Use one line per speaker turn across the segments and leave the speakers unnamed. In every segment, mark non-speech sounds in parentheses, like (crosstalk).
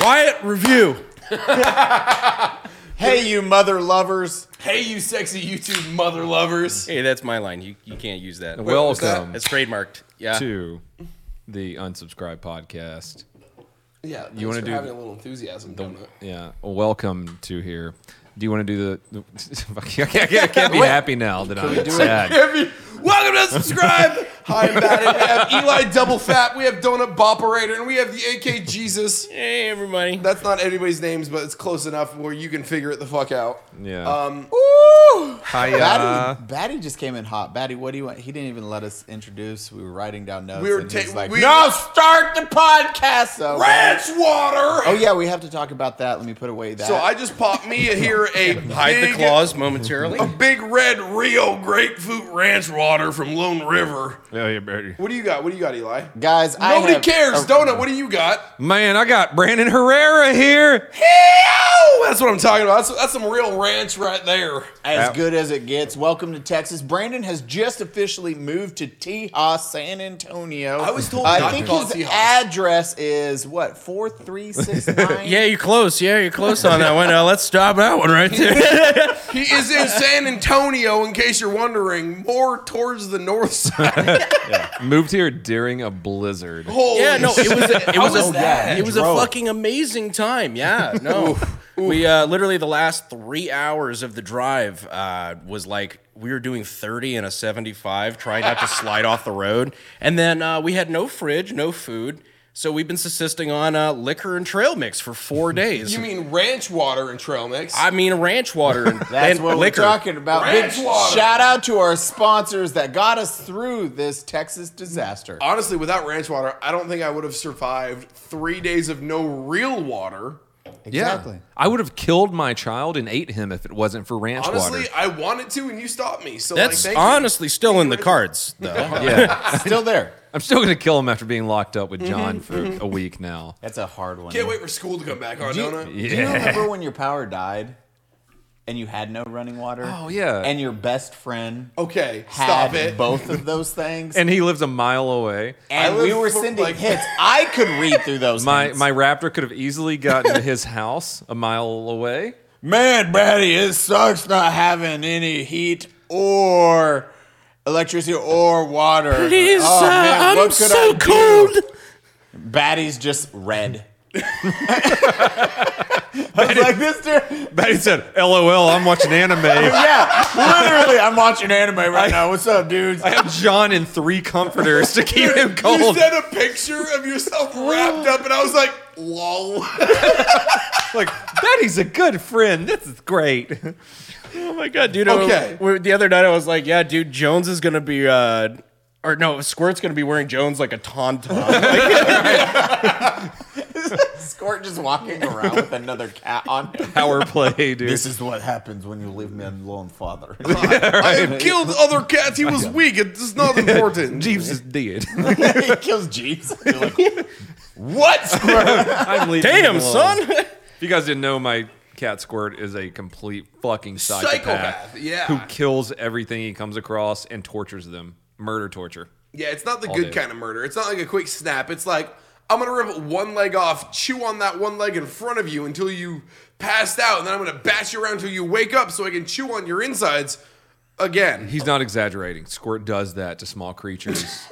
Quiet review.
(laughs) Hey, you mother lovers.
Hey, you sexy YouTube mother lovers.
Hey, that's my line. You, you can't use that.
that?
Welcome
It's trademarked. Yeah.
to the Unsubscribe Podcast.
Yeah, thanks
wanna
for
do
having a little enthusiasm, don't it?
Yeah, welcome to here. Do you want to do the? (laughs) Fuck, I can't, I can't be happy now that I'm sad.
Welcome to subscribe. (laughs) Hi, I'm Matt, and we have Eli Double Fat. We have Donut Boperator, and we have the AK Jesus.
Hey, everybody.
That's not anybody's names, but it's close enough where you can figure it the fuck out.
Yeah. uh,
Um,
Batty, Batty just came in hot. Batty, what do you want? He didn't even let us introduce. We were writing down notes.
We were
and he's
ta-
like,
we-
no, start the podcast. So,
ranch water.
oh yeah, we have to talk about that. Let me put away that.
So I just popped me here (laughs) a
Hide the
big-
claws momentarily.
a big red Rio grapefruit ranch water from Lone River. What do you got? What do you got, Eli?
guys, I
Nobody
have
cares,
a-
Donut. What do you got?
Man, I got Brandon Herrera here.
Hey-o! That's what I'm talking about. That's, that's some real ranch right there.
As good as it gets. Welcome to Texas. Brandon has just officially moved to Tejas, San Antonio. I
was told not
I
to
think
call
his
it Tejas.
address is what four three six nine.
(laughs) Yeah, you're close. Yeah, you're close on that one. Uh, let's stop that one right there.
He is
(laughs)
in San Antonio, in case you're wondering, more towards the north
(laughs)
side.
Moved here during a blizzard.
Holy
yeah, no, it was
(laughs)
a, it was, a,
that?
it was a
Drove.
fucking amazing time. Yeah,
(laughs)
no, we uh, literally the last three hours of the drive uh, was like we were doing thirty and a seventy-five, trying not to slide off the road, and then uh, we had no fridge, no food. So we've been subsisting on uh, liquor and trail mix for
(laughs)
four days.
You mean ranch water and trail mix?
I mean ranch water and,
That's
and
what
liquor.
we're talking about. Big
Ranch water.
shout out to our sponsors that got us through this Texas disaster.
Honestly, without ranch water, I don't think I would have survived three days of no real water.
Exactly.
I would have killed my child and ate him if it wasn't for ranch
Honestly,
water.
I wanted to, and you stopped me. So
That's
like, thank you.
honestly still in the cards, though.
Yeah,
Still there.
I'm still gonna kill him after being locked up with
Mm-hmm,
John for a week now.
That's a hard one.
Can't wait for school to come back on,
Do you,
Donut.
do you remember when your power died and you had no running water?
Oh, yeah.
And your best friend
Okay,
had
Oh, stop it.
both of those (laughs) things.
And
and
he lives a mile away.
I
we
live
were
for,
sending
like-
hits. I could read through
(laughs)
those.
My
hints.
my raptor could have easily gotten to his house a mile away.
man, Batty, it sucks not having any heat or electricity or water.
Please,
oh,
sir,
man,
I'm
what could
so
I do?
cold.
Batty's just red. I was like this dude.
Betty said, "LOL, I'm watching (laughs) anime."
Yeah, literally, I'm watching anime right now. What's up, dudes?
I have John in three comforters to keep him
You
cold.
sent a picture of yourself wrapped up, and I was like, lol.
like Betty's a good friend. This is great.
Oh my god, dude!
Okay.
Okay. the other night I was like, yeah, dude, Jones is gonna be, uh, or no, Squirt's gonna be wearing Jones like a tauntaun.
Squirt just walking around with another cat on
(laughs)
him.
Power (laughs) play, dude.
This is what happens when you leave me alone, father.
I have killed other cats. He was weak. It's
(laughs)
not important.
Jeeves is dead.
(laughs) he kills Jeeves. You're like, (laughs) what?
(laughs) I'm leaving him
Damn,
alone. (laughs)
son.
If you guys didn't know, my cat Squirt is a complete fucking psychopath.
Psychopath, yeah.
Who kills everything he comes across and tortures them. Murder torture.
Yeah, it's not the
All
good
day.
kind of murder. It's not like a quick snap. It's like I'm gonna rip one leg off, chew on that one leg in front of you until you passed out, and then I'm gonna bash you around until you wake up, so I can chew on your insides again.
He's not exaggerating. Squirt does that to small creatures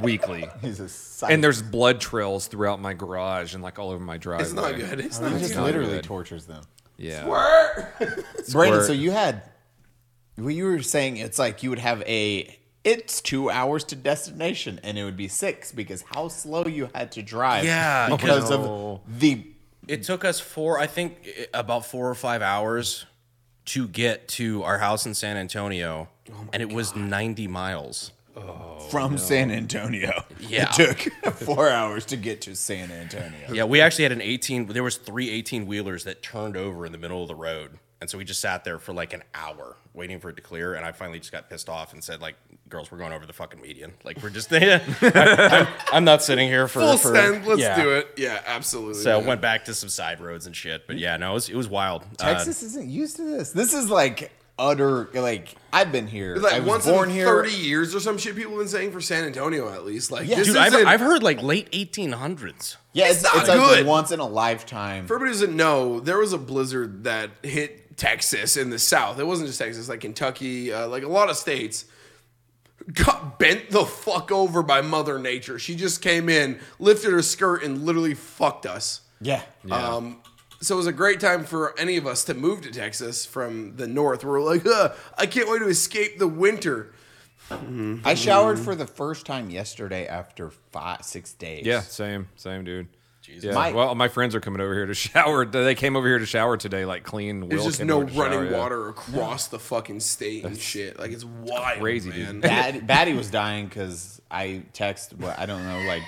weekly.
He's a psycho.
And there's blood trails throughout my garage and like all over my driveway.
It's not good. It's
he
not
just
not
literally
good.
tortures them.
Yeah.
Brandon,
Squirt.
so you had, well, you were saying it's like you would have a, it's two hours to destination, and it would be six because how slow you had to drive.
Yeah,
because
no.
of the.
(laughs) It took us four, I think, i- about four or five hours to get to our house in San Antonio, and it was ninety miles.
From San Antonio,
Yeah.
it took (laughs) four hours to get to San Antonio.
Yeah, we actually had an eighteen. There was three 18 wheelers that turned over in the middle of the road, and so we just sat there for like an hour waiting for it to clear. And I finally just got pissed off and said, "Like, girls, we're going over the fucking median. Like, we're just (laughs) I, I'm, I'm not sitting here for
full
for-
send. Let's
yeah.
do it. Yeah, absolutely.
So
man.
went back to some side roads and shit. But yeah, no, it was, it was wild. Uh,
Texas isn't used to this. This is like utter like I've been here. I
Like
was
once
born
in
here.
thirty years or some shit, people have been saying for San Antonio at least. Like,
Yeah.
this
Dude,
is
I've, I've heard like late 1800s.
yeah,
It's
it's,
not
it's like
good.
once in a lifetime.
For everybody who doesn't know, there was a blizzard that hit Texas in the South. It wasn't just Texas, like Kentucky, uh, like a lot of states. Got bent the fuck over by Mother Nature. She just came in, lifted her skirt, and literally fucked us.
yeah.
Um, so it was a great time for any of us to move to Texas from the north. We're like, Ugh, I can't wait to escape the winter.
I showered for the first time yesterday after five six days.
Yeah, same, same, dude. Yeah.
My-
well, my friends are coming over here to shower. They came over here to shower today, like clean.
There's
Will
just
came
no
over to shower,
running
yeah.
water across the fucking state and shit. Like it's wild,
crazy, dude. (laughs)
man.
Bad, Batty was dying because I texted what I don't know, like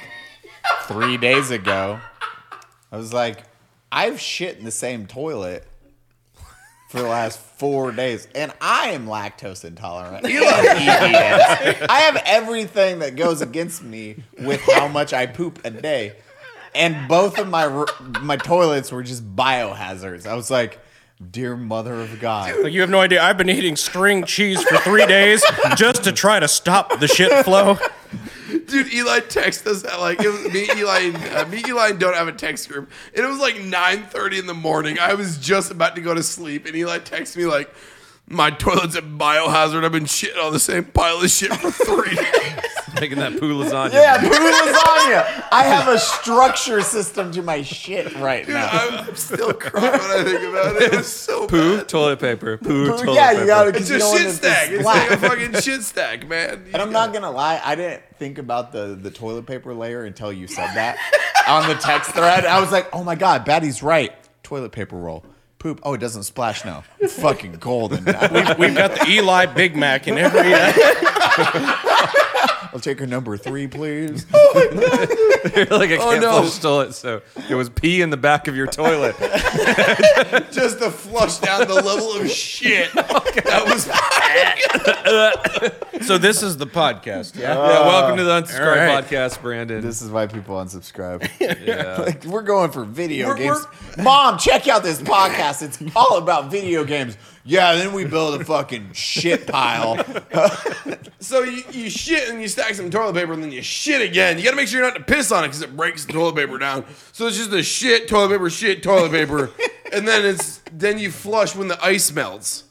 three days ago. I was like, I've shit in the same toilet for the last four days, and I am lactose intolerant. You (laughs) I have everything that goes against me with how much I poop a day, and both of my r- my toilets were just biohazards. I was like, dear mother of God.
Like you have no idea. I've been eating string cheese for three days (laughs) just to try to stop the shit flow.
Dude, Eli texted us at like it was me, Eli, and, uh, me, Eli, and don't have a text group, and it was like nine thirty in the morning. I was just about to go to sleep, and Eli texts me like, "My toilet's a biohazard. I've been shitting on the same pile of shit for three days."
(laughs) Making that poo lasagna.
Yeah, poo lasagna.
(laughs)
I have a structure system to my shit right now.
I'm, I'm still crying when I think about it. It was so bad.
Poo, toilet paper. Poo,
Poo-
toilet
yeah,
paper.
you gotta. 'cause
It's
you
a
don't want
shit
it to
stack. It's
splat.
like a fucking shit stack, man.
And I'm not gonna lie, I didn't think about the the toilet paper layer until you said that on the text thread. I was like, oh my god, Batty's right. Toilet paper roll. Poop. Oh, it doesn't splash now. Fucking golden.
(laughs)
I'll
We've got the Eli Big Mac in every. Uh,
take her number three, please.
(laughs) like I can't
no.
flush toilet, so it was pee in the back of your toilet.
just to flush down the level of
(laughs)
shit. That was
so this is the podcast. Yeah.
yeah, welcome to the Unsubscribe
all right.
podcast, Brandon.
This is why people
(laughs)
unsubscribe.
yeah.
Like, we're going for video
We're-
games. Mom, check out this podcast. It's all about video games. Yeah, then we build a fucking
(laughs)
shit pile.
So you, you shit and you stack some toilet paper and then you shit again. You got to make sure you're not to piss on it because it breaks the toilet paper down. So it's just a shit toilet paper, shit toilet (laughs) paper, and then it's then you flush when the ice melts.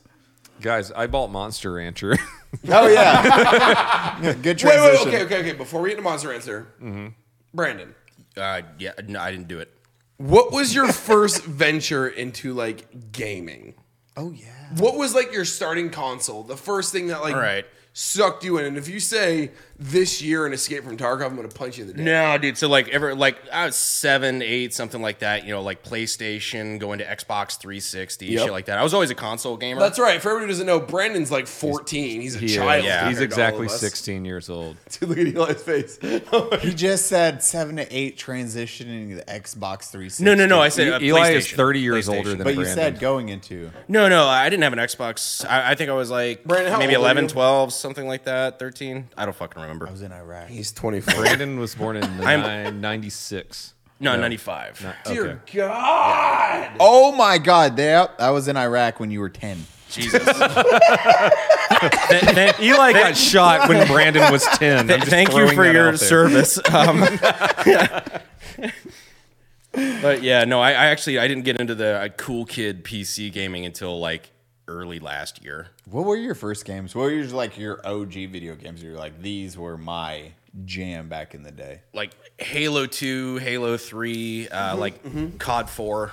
Guys, I bought Monster Rancher. (laughs)
Oh yeah. Yeah, (laughs) Good
Wait,
transition.
wait, okay, okay, okay. Before we get into monster answer, Brandon,
Uh, yeah. No, I didn't do it.
what was your first venture into like gaming?
Oh yeah.
What was like your starting console? The first thing that like
All right.
sucked you in. And if you say this year in Escape from Tarkov, I'm gonna punch you in the dick.
No, dude. So like ever like I was seven, eight, something like that. You know, like PlayStation, going to Xbox 360,
Yep.
shit like that. I was always a console gamer.
That's right. For everyone who doesn't know, Brandon's like 14. He's a
He is.
child.
Yeah.
compared to
He's
all
exactly
of us.
16
(laughs)
years old.
Dude, look at Eli's face.
He just said seven to eight transitioning to the Xbox 360.
no, no, no. I said uh,
Eli is
PlayStation,
30 years
PlayStation.
older than
But you
Brandon.
said going into.
No, no, I didn't have an Xbox. I, I think I was like
Brandon, how
maybe
old are
11,
you?
12, something like that, 13. I don't fucking remember.
I was in Iraq.
He's 24.
Brandon was born in nine- 96.
no, 95.
(laughs) Dear God.
Oh my God! There, I was in Iraq when you were ten.
(laughs) Jesus. Th- th-
(laughs) Eli got shot
(laughs)
when Brandon was 10. I'm just
thank you
throwing
for
that
your
out there.
service. Um, (laughs) but yeah, no, I, I actually I didn't get into the uh, cool kid PC gaming until like early last year.
What were your first games? What were your like your OG video games? You're like these were my jam back in the day.
Like Halo 2, Halo 3, uh, like COD 4.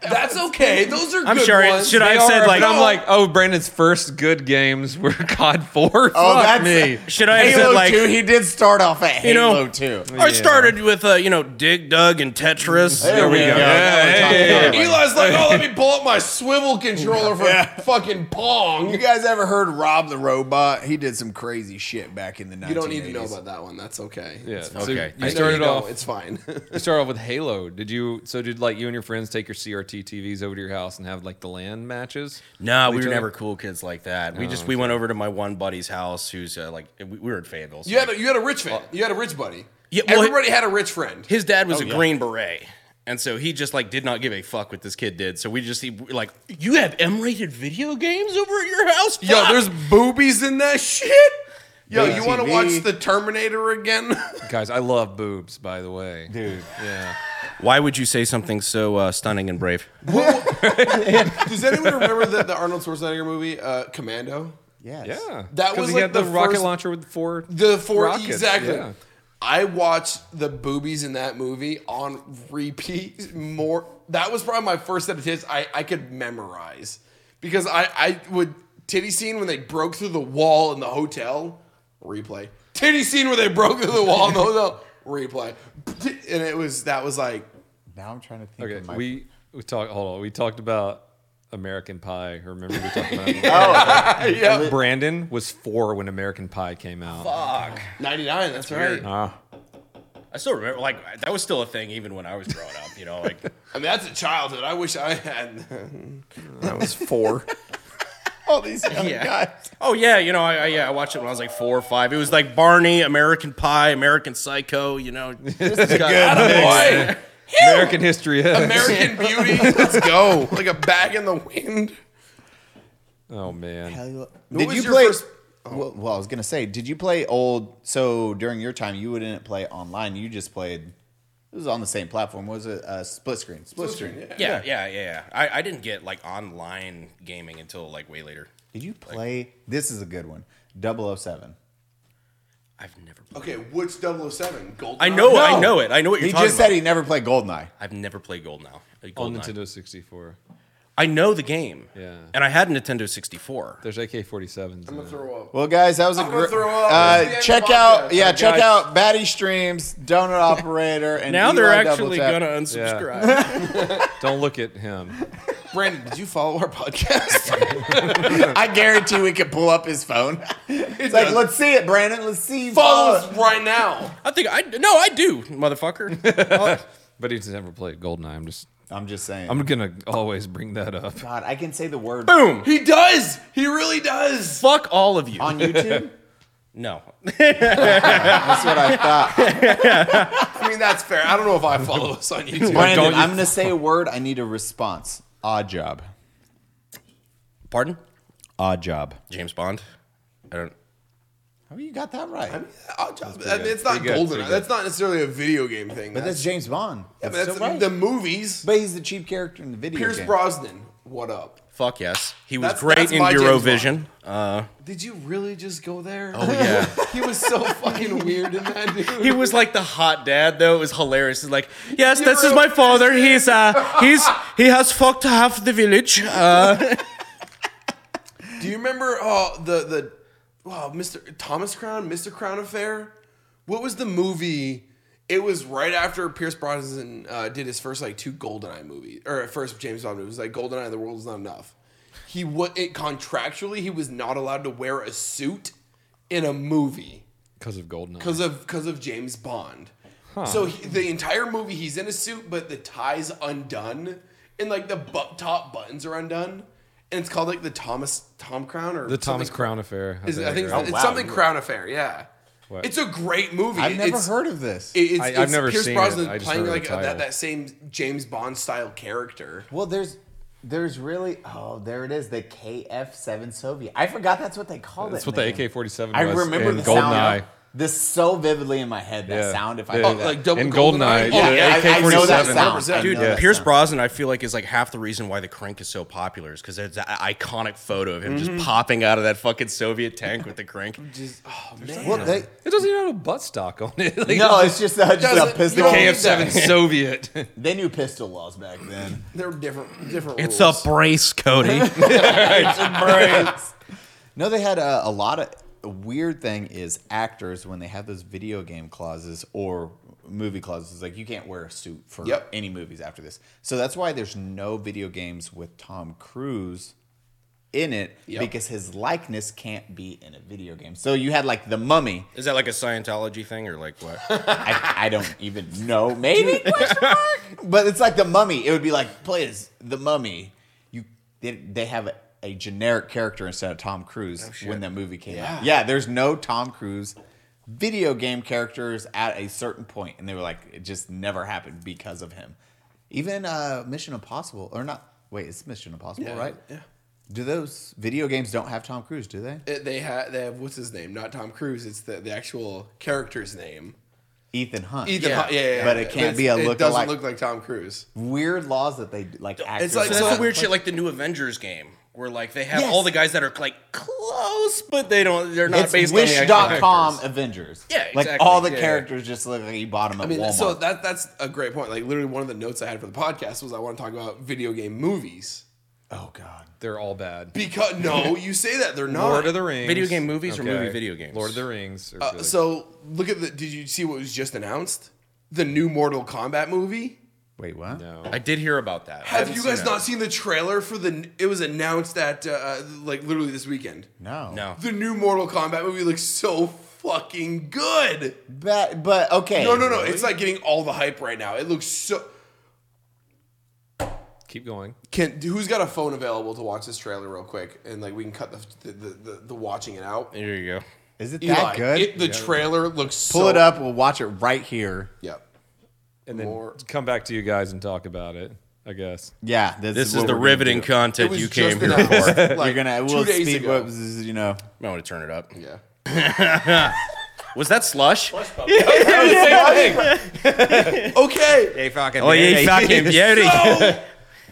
That's okay. Those are
I'm
good
sorry.
ones.
Should I have
They
said
are,
like
but I'm like, oh, Brandon's first good games were (laughs) COD 4.
Oh,
Fuck
that's
me.
should I have
Halo
said like
Two. He did start off at
You know-
Halo Two.
I started with uh, you know Dig Dug and Tetris.
There we
we
go.
go.
Now we're
Yeah,
talking
yeah,
about it.
Eli's like, oh, let me pull up my swivel controller (laughs) for fucking Pong.
You guys ever heard Rob the Robot? He did some crazy shit back in the 1980s.
You don't need to know about that one. That's okay.
Yeah.
It's
So
fine.
Okay.
you
I
I know you
started
don't.
off.
It's fine.
You started off with Halo. Did you? So did like you and your friends take your CRT TVs over to your house and have like the LAN matches?
No, we
Each
were
other?
never cool kids like that. We just we went over to my one buddy's house who's uh, like we, we were in Fayetteville. so
(laughs) you, had
like-
a, you had a rich fan. You had a rich buddy.
Yeah, well,
Everybody had a rich friend.
his dad was a Green Beret, And so he just like did not give a fuck what this kid did. So we just he, like, you have M-rated video games over at your house?
Yo,
Fuck!"
there's boobies in that shit. Yo,
Big
you want to
TV.
watch the Terminator again?
Guys, I love boobs, by the way.
Dude,
Yeah.
Why would you say something so uh, stunning and brave?
Does anyone remember the, (laughs) the Arnold Schwarzenegger movie uh, Commando?
yes.
Yeah.
That
'Cause
was
he
like
had the,
the
rocket
first-
launcher with four.
The four
rockets,
exactly.
yeah.
I watched the boobies in that movie on repeat. More that was probably my first set of tits I, I could memorize because I I would titty scene when they broke through the wall in the hotel replay titty scene where they broke through the wall in the hotel replay and it was that was like
Now I'm trying to think.
Okay,
of my
we we talked. Hold on, we talked about American Pie. Remember we talked
(laughs)
about
yeah
Brandon was four when American Pie came out.
Fuck.
ninety nine that's right
weird.
Ah,
I still remember, like, that was still a thing even when I was growing up, you know, like, (laughs)
I mean that's a childhood I wish I had
that was four.
(laughs)
All these young
Yeah.
guys.
oh yeah, you know, I, I, yeah, I watched it when I was like four or five. It was like Barney, American Pie, American Psycho, you know.
boy
American history.
American Beauty let's go like a bag in the wind.
(laughs) oh man.
Did
was
you
your
play?
first-
Well, well, I was gonna say, did you play old? So during your time, you wouldn't play online. You just played. It was on the same platform. What was it uh, split screen? Split, screen.
Yeah, yeah, yeah, yeah. I, I didn't get like online gaming until like way later.
Did you play? This is a good one. 007.
I've never played.
Okay, which 007? Gold.
I know,
No.
I know it. I know what you're
He
talking
just
about.
said he Oh, never played Goldeneye.
I've never played Gold now.
On Nintendo 64,
I know the game.
Yeah.
And I had a Nintendo 64.
there's AK-47s.
I'm
in
gonna
it.
throw up.
Well, guys, that was a
I'm gonna
great.
throw up. It's the end
Uh,
of
check
the
out,
podcast.
yeah, check
guys.
out Batty Streams, Donut Operator, and
Now
Eli
they're
Double
actually
Tap.
going to unsubscribe.
(laughs)
Don't look at him.
Brandon, did you follow our podcast?
(laughs) I guarantee we could pull up his phone. It's like, let's see it, Brandon. Let's see. you
follow
follow it."
us right now.
I think I no, I do,
(laughs)
motherfucker.
But he's never played Goldeneye. I'm just.
I'm just saying.
I'm gonna always bring that up.
God, I can say the word
Boom.
He does. He really does.
Fuck all of you.
(laughs)
on YouTube.
No.
That's what I thought.
(laughs)
I mean, that's fair. I don't know if I follow us on YouTube.
Brandon,
don't you-
I'm
(laughs)
gonna say a word. I need a response. Odd job.
Pardon?
Odd job.
James Bond. I don't
How you got that right?
(laughs) I'll just- I mean, it's not
good,
golden.
pretty good.
That's not necessarily a video game thing.
But that's James Bond.
yeah,
That's,
but that's
still
the,
right.
the movies.
but he's the cheap character in the video
Pierce
game.
Brosnan, what up?
fuck yes. He was
That's-
great
that's
in
my James
(laughs)
Eurovision. Uh,
Did you really just go there?
oh yeah.
(laughs) he was
(laughs)
so fucking weird in that dude.
He was like the hot dad though. It was hilarious. He's like, yes, this
You're
is
a-
my father. He's uh, he's he has fucked half the village. Uh,
Do you remember uh, the the wow, Mr. Thomas Crown, Mr. Crown affair? What was the movie? It was right after Pierce Brosnan uh, did his first like two Goldeneye movies, or first James Bond movie. It was like Goldeneye, The World Is Not Enough. He wa it contractually he was not allowed to wear a suit in a movie
Because of Goldeneye.
because of because of James Bond. So he, the entire movie he's in a suit, but the tie's undone, and like the bu- top buttons are undone, and it's called like the Thomas Tom Crown or
the Thomas
something.
Crown affair.
Is it- I think it's,
right?
it's
wow.
something Crown Affair. Yeah,
What?
it's a great movie.
I've never
it's,
heard of this.
It, it's,
I- I've
it's
never
Pierce
seen it.
Brosnan
I just
playing
remember
like
the
that,
title.
that same James Bond style character.
Well, there's there's really oh there it is the KF seven Soviet. I forgot that's what they called
That's
it.
what the
man.
AK-47
I
was
remember
in
the
Goldeneye.
sound. This so vividly in my head that
Yeah.
sound. If I
Yeah.
do
Oh,
that.
Like double
In
Goldeneye.
Goldeneye, yeah,
Yeah, I- I know that
AK-47.
sound. I
Dude,
know that
Uh, Pierce
sound.
Brosnan, I feel like, is like half the reason why the crank is so popular is because there's that iconic photo of him just popping out of that fucking Soviet tank with the crank.
Just, oh man,
Well, they,
It doesn't even have a butt stock on it. (laughs) Like,
no, it's just, uh, just
Doesn't-
a pistol.
no.
KF7 Soviet. (laughs)
They knew pistol laws back
(laughs)
then.
they're different. Different.
It's a
rules.
brace, Cody.
No, they had uh, a, a lot of a weird thing is actors when they have those video game clauses or movie clauses like you can't wear a suit for
Yep.
any movies after this. So that's why there's no video games with Tom Cruise in it
Yep.
because his likeness can't be in a video game. So you had like the mummy.
is that like a Scientology thing or like what?
I, I don't even know. Maybe question (laughs) mark? But it's like the mummy. It would be like play as the mummy. You they, they have a, a generic character instead of Tom
Oh,
Cruise when that movie came out. Yeah, there's no Tom Cruise video game characters at a certain point, and they were like it just never happened because of him. Even uh, Mission Impossible, or not? Wait, it's Mission Impossible,
Yeah,
right?
yeah.
Do those video games don't have Tom Cruise? Do they?
It- they have they have what's his name? Not Tom Cruise. It's the, the actual character's name.
Ethan Hunt.
Ethan.
Yeah.
Hunt- Yeah, yeah, yeah.
But it
it's-
can't be a
It doesn't
look-alike.
look like Tom Cruise.
Weird laws that they like. Actors
like-
So
don't
that's
So-
the weird shit, like the new Avengers game, where like they have
Yes.
all the guys that are like close, but they don't. They're not
it's
based on the actual
wish.com
characters.
Avengers.
Yeah,
Like
exactly.
all the
Yeah, yeah.
characters just look like you bought them at
I mean,
Walmart.
so that that's a great point. Like literally, one of the notes I had for the podcast was I want to talk about video game movies
oh god.
They're all bad.
because (laughs) no, you say that they're not.
Lord of the Rings.
Video game movies or movie video games?
Lord of the Rings. Are
Uh,
good.
so look at the. Did you see what was just announced? The new Mortal Kombat movie.
Wait, what?
No.
I did hear about that. I
Have
haven't
you
seen
guys
that.
not seen the trailer for the? It was announced at uh, like literally this weekend.
No.
No.
The new Mortal Kombat movie looks so fucking good.
But but okay.
No, no, no. It's like getting all the hype right now. It looks so.
Keep going.
Can who's got a phone available to watch this trailer real quick and like we can cut the the the, the, the watching it out.
There you go.
Is it
Eli,
that good?
it- the trailer looks.
Pull
so,
it up. We'll watch it right here.
Yep.
And then
More-
come back to you guys and talk about it. I guess.
Yeah.
This
what
is the
we're gonna
riveting
do.
content you came here for. (laughs)
announced,
(laughs)
like,
You're gonna.
two
We'll
days
speak.
ago.
What was you know?
I want to turn it up.
yeah.
Was that slush? (laughs)
Okay.
Hey, fucking.
Oh, yeah, fucking beauty.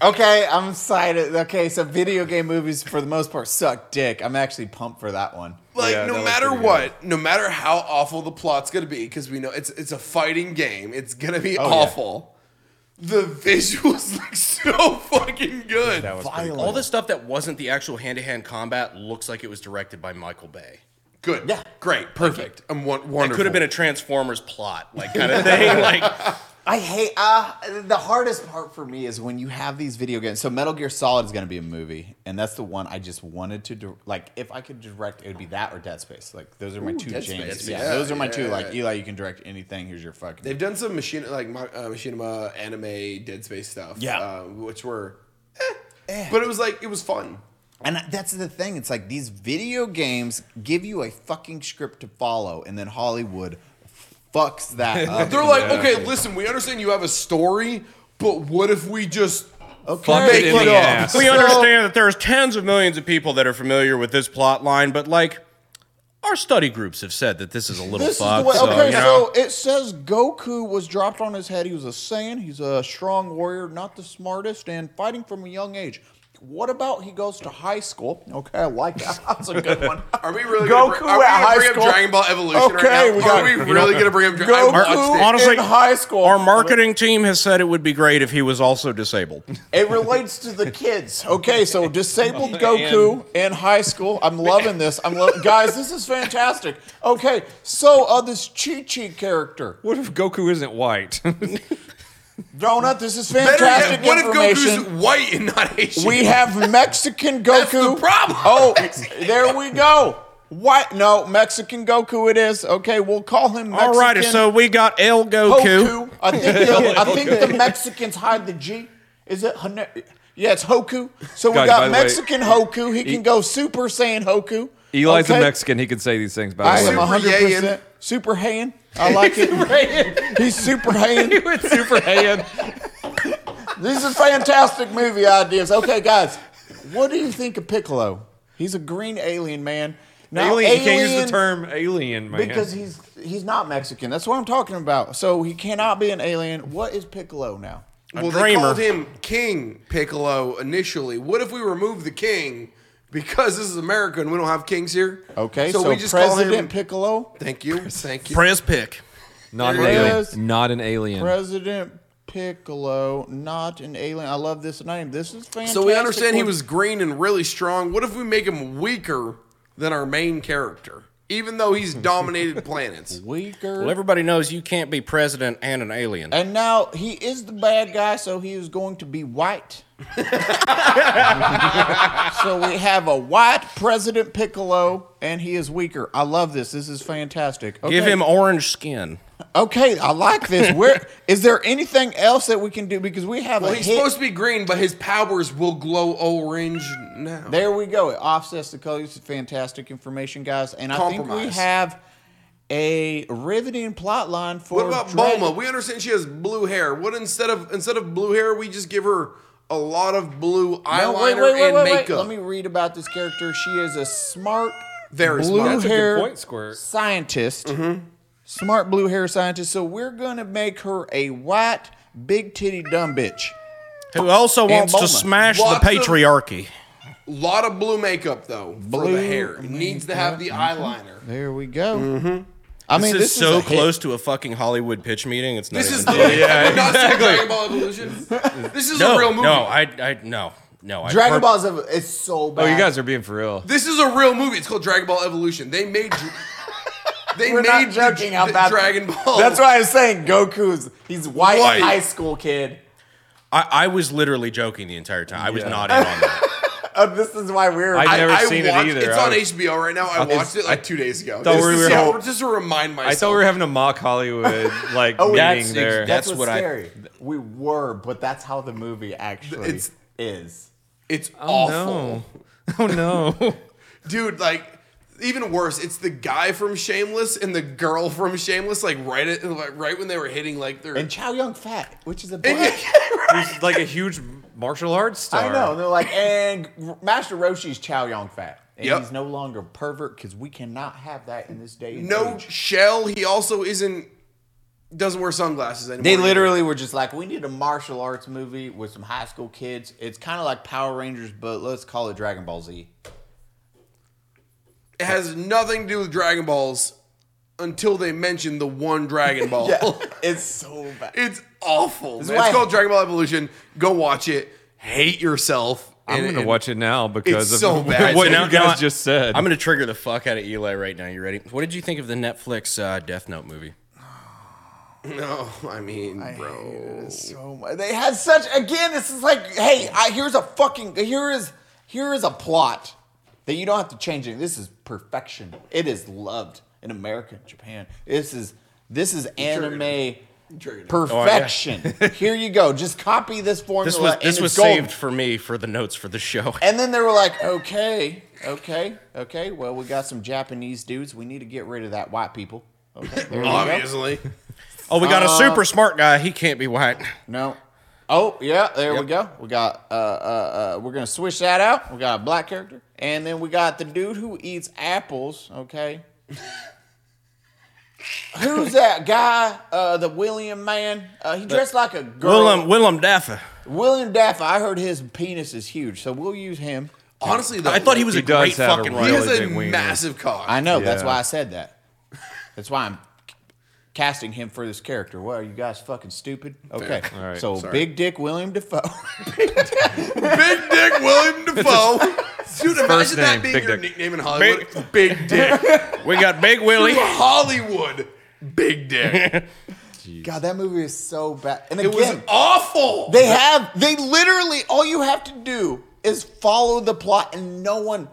Okay, I'm excited. Okay, so video game movies for the most part suck dick. I'm actually pumped for that one.
Like
Yeah, that
no
was
matter
pretty
what, no matter how awful the plot's gonna be, because we know it's it's a fighting game. It's gonna be
yeah.
awful. The visuals (laughs) look so fucking good.
Violent.
All the stuff that wasn't the actual hand-to-hand combat looks like it was directed by Michael Bay.
good.
Yeah.
Great. Perfect. I'm won-
It
wonderful.
could have been a Transformers plot, like kind of (laughs) thing. Like
I hate. Uh, the hardest part for me is when you have these video games. So Metal Gear Solid is gonna be a movie, and that's the one I just wanted to dir- like. If I could direct, it would be that or Dead Space. Like those are my two
Dead
jams.
Space,
Yeah,
yeah,
those are my two.
yeah.
Like Eli, you can direct anything. Here's your fucking.
They've done some machine like mo- uh, machinima anime Dead Space stuff.
Yeah.
uh, which were, eh, but it was like it was fun.
And that's the thing. It's like these video games give you a fucking script to follow, and then Hollywood
(laughs)
fucks that up.
They're like, okay, listen, we understand you have a story, but what if we just
Fuck
make
it in
it
the
up?
ass.
we
So-
understand that there's tens of millions of people that are familiar with this plot line, but like our study groups have said that this is a little
This
fucked.
is the
so,
way. Okay,
you
so,
know,
it says Goku was dropped on his head. He was a Saiyan. He's a strong warrior, not the smartest, and fighting from a young age. What about he goes to high school? Okay, I like that. (laughs) That's a good one.
Are we really gonna
Goku
bring, are we
at
gonna
high
bring
school?
up Dragon Ball Evolution
Okay,
right now?
we
are
got-
we really gonna bring up Dragon
Goku
Ball?
Honestly,
in high school.
our marketing team has said it would be great if he was also disabled.
It relates to the kids.
(laughs)
Okay, so disabled Goku in high school. I'm loving this. I'm lo- guys. This is fantastic. Okay, so uh, this Chi Chi character,
(laughs) What if Goku isn't white?
Donut. This is
Better
fantastic
yet, what if
information.
(laughs) Goku's white and not Asian?
we have Mexican Goku.
the problem.
Oh, there we go. What? No, Mexican Goku. It is okay. We'll call him.
(laughs) All
Mexican
right, so we got El Goku.
Hoku. I think
(laughs)
the, I think the Mexicans hide the G. Is it? Hane- Yeah, it's Hoku. So we
Guys, by
got
the way,
Mexican Hoku. He can go Super Saiyan Hoku.
Eli's
Okay.
a Mexican. He can say these things. By
I
the (laughs) way,
am
a- Super
hundred
Yayan.
percent Super Hayan. I like it. He's
(laughs)
Super Hayan. (laughs)
super hand.
These are fantastic movie ideas. Okay, guys, what do you think of Piccolo? He's a green alien man. Now,
alien. You can't use
alien-
the term alien, man.
Because he's he's not Mexican. That's what I'm talking about. So he cannot be an alien. What is Piccolo now?
well,
dreamer.
they called him King Piccolo initially. What if we remove the king because this is America and we don't have kings here?
Okay, so, President Piccolo,
Thank you. Thank you.
Prez pick.
not an
There it
alien.
is.
Not an alien.
President Piccolo, not an alien. I love this name. This is fantastic.
So we understand he
We're-
was green and really strong. What if we make him weaker than our main character, even though
(laughs)
he's dominated planets?
weaker.
Well, everybody knows you can't be president and an alien.
And now he is the bad guy, so he is going to be
(laughs)
white. so we have a white President Piccolo, and he is weaker. I love this. This is fantastic. Okay.
Give him orange skin.
Okay, I like this. Where is there anything else that we can do? Because we have
Well,
a
he's
hit.
supposed to be green, but his powers will glow orange now.
there we go. It offsets the colors. Fantastic information, guys. And I think we
Compromise.
have a riveting plot line for
What about
Dragon-
Bulma? We understand she has blue hair. What instead of instead of blue hair, we just give her a lot of blue
No,
eyeliner
wait, wait, wait,
and
wait, wait.
makeup.
Let me read about this character. She is a smart
Very
blue
smart. That's
a good
hair
point, Squirt.
scientist.
Mm-hmm.
Smart blue hair scientist. So we're gonna make her a white big titty dumb bitch.
Who also wants to
Bulma.
smash
Lots
the
of-
patriarchy.
lot of blue makeup though for
Blue Mm-hmm.
the hair. Needs to have the eyeliner. Mm-hmm.
There we go. I
this
mean,
is
this,
so
a hit.
close to a fucking Hollywood pitch meeting. It's not
This
even
is (laughs)
good.
literally not Super Dragon Ball
(laughs)
Evolution. This is
no,
a real movie.
no, I, I, no, no. I
Dragon
per-
Ball Z is so
(laughs)
bad.
Oh, you guys are being for real.
This is a real movie. It's called Dragon Ball Evolution. They made.
(laughs)
They
We're
made
not joking
the,
about
the Dragon Ball.
That's why I'm saying Goku's he's white,
White.
high school kid.
I, I was literally joking the entire time. I was not in on that.
Uh, this is why we're
I-
I-
never
I
seen it
watched-
either.
It's
I
on
was-
HBO right now. I watched it like two days ago.
thought
Just,
we
to
were-
see how-
so-
just to remind myself.
I thought we were having a
(laughs)
mock Hollywood like
Oh,
meeting
that's-
there.
that's-
that's what's
what I-
scary. we were, but that's how the movie actually
It's-
is.
it's
oh,
awful,
no. Oh (laughs) no.
dude. Like even worse, it's the guy from Shameless and the girl from Shameless. Like right at like, right when they were hitting like their. (laughs)
And Chow Young Fat, which is a black.
He's like a huge martial arts star.
I know. They're like, and Master Roshi's Chow Young Fat. And
Yep.
he's no longer a pervert because we cannot have that in this day. And
no
age.
shell. He also isn't. Doesn't wear sunglasses anymore.
They literally were just like, we need a martial arts movie with some high school kids. It's kind of like Power Rangers, but let's call it Dragon Ball Z.
It has nothing to do with Dragon Balls until they mention the one Dragon Ball.
(laughs) it's so bad.
(laughs) It's awful.
is
man. It's
why-
called Dragon Ball Evolution. Go watch it. Hate yourself.
I'm
And-
gonna
and-
watch it now because of
so bad.
(laughs) what
So
you
now-
guys
now I-
just said.
I'm gonna trigger the fuck out of Eli right now. You ready? What did you think of the Netflix uh, Death Note movie?
(laughs) No, I mean, bro.
so much. They had such again. This is like, hey, I, here's a fucking here is here is a plot that you don't have to change it. This is perfection. It is loved in America, Japan. This is this is anime
triggered
(laughs)
me.
perfection. here you go. Just copy this
Oh,
formula.
This was
and
this
it's
was
gold.
saved for me for the notes for the show.
And then they were like, okay, okay, okay. Well, we got some Japanese dudes. We need to get rid of that white people.
(laughs)
Okay. there we go.
Obviously.
Oh, we got a super smart guy. He can't be white.
No. Oh yeah, there we go. We got uh, uh uh we're gonna switch that out. We got a black character, and then we got the dude who eats apples.
(laughs)
Okay. Who's that guy? Uh, the William man. Uh, he dressed like a girl.
Willem Willem Dafoe.
William Dafoe. I heard his penis is huge, so we'll use him.
Honestly, though,
I thought he was
He
a great
does have a
fucking
really
He
writer.
has a
big wiener.
massive cock.
I know. That's
Yeah.
why I said that. That's why I'm casting him for this character. What are you guys fucking stupid? Okay.
All right,
so
sorry.
big dick William Dafoe. (laughs)
Big Dick William Defoe. Dude, imagine that
name,
being
Big
your
Dick.
nickname in Hollywood. Big, Dick.
We got Big Willie.
Hollywood. Big Dick.
God, that movie is so bad. And
It was
again,
awful.
they have they literally all you have to do is follow the plot, and no one,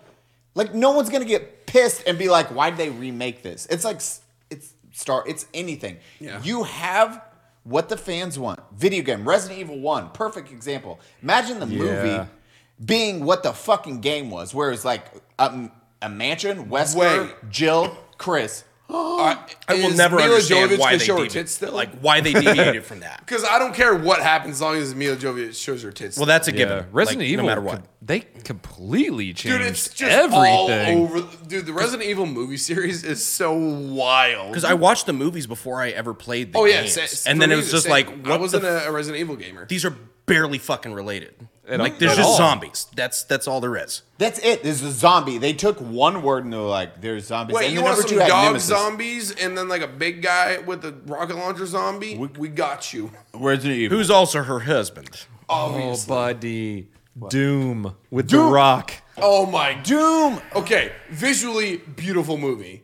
like no one's gonna get pissed and be like, "Why would they remake this?" It's like s- it's star, it's anything.
Yeah.
You have what the fans want. Video game, Resident Evil One, perfect example. Imagine the
Yeah.
movie being what the fucking game was, where it's like a, a mansion, Wesker,
Wait.
Jill, Chris.
I,
I will never understand why they deviated. Like why they deviated from that.
because I don't care what happens as long as Mila Jovovich shows her tits.
Well, that's a
Yeah.
given.
Resident
Like,
Evil,
no matter what.
co- they completely changed
dude, it's just all
everything.
over. Dude, the Resident Evil movie series is so wild.
Because I watched the movies before I ever played the
oh yeah,
games.
sa- for
and then
me,
it was
the
just
same.
like,
I
what the
wasn't
f-
a, a Resident Evil gamer.
these are barely fucking related.
At all.
like there's
At
just
all.
zombies. That's that's all there is.
That's it. There's a zombie. They took one word and they're like, "There's zombies."
Wait,
and
you
the
want
number
some
two had
dog
Nemesis.
zombies and then like a big guy with a rocket launcher zombie? We, got you.
Resident Evil.
Who's also her husband?
Oh, buddy. Doom with
Doom.
The Rock.
Oh my dude.
Doom?
Okay, visually beautiful movie.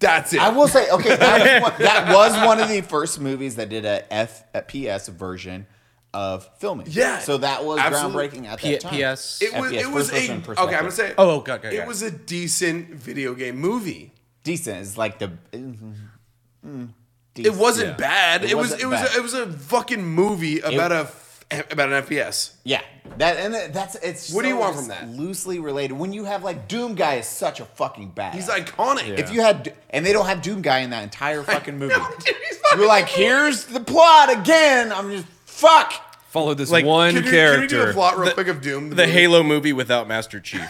That's it.
I will say, okay,
(laughs)
that was, one, that was one of the first movies that did a F a PS version of filming.
Yeah.
so that was
Absolutely.
groundbreaking at
P-
that time.
PS.
it was
FPS,
it was
first
a okay.
person
I'm
perspective.
gonna say
Oh, okay, okay,
It
okay.
was a decent video game movie.
decent. It's like the. mm, mm,
It
decent.
wasn't bad. It,
It
was
wasn't
it was
bad.
it was a fucking movie about a f- about an FPS.
Yeah, that and that- that's it's.
What do
so
you want from that?
Loosely related. When you have like Doom Guy is such a fucking bad.
He's iconic.
if you had, and they don't have Doom Guy in
(laughs)
that entire fucking movie.
No, dude, he's not
You're like, here's the plot again. I'm just fuck.
Follow this
Like,
one
Can you- Can we
character.
do the
(laughs)
plot real quick of Doom?
The
movie?
Halo movie without Master
(laughs)
Chief.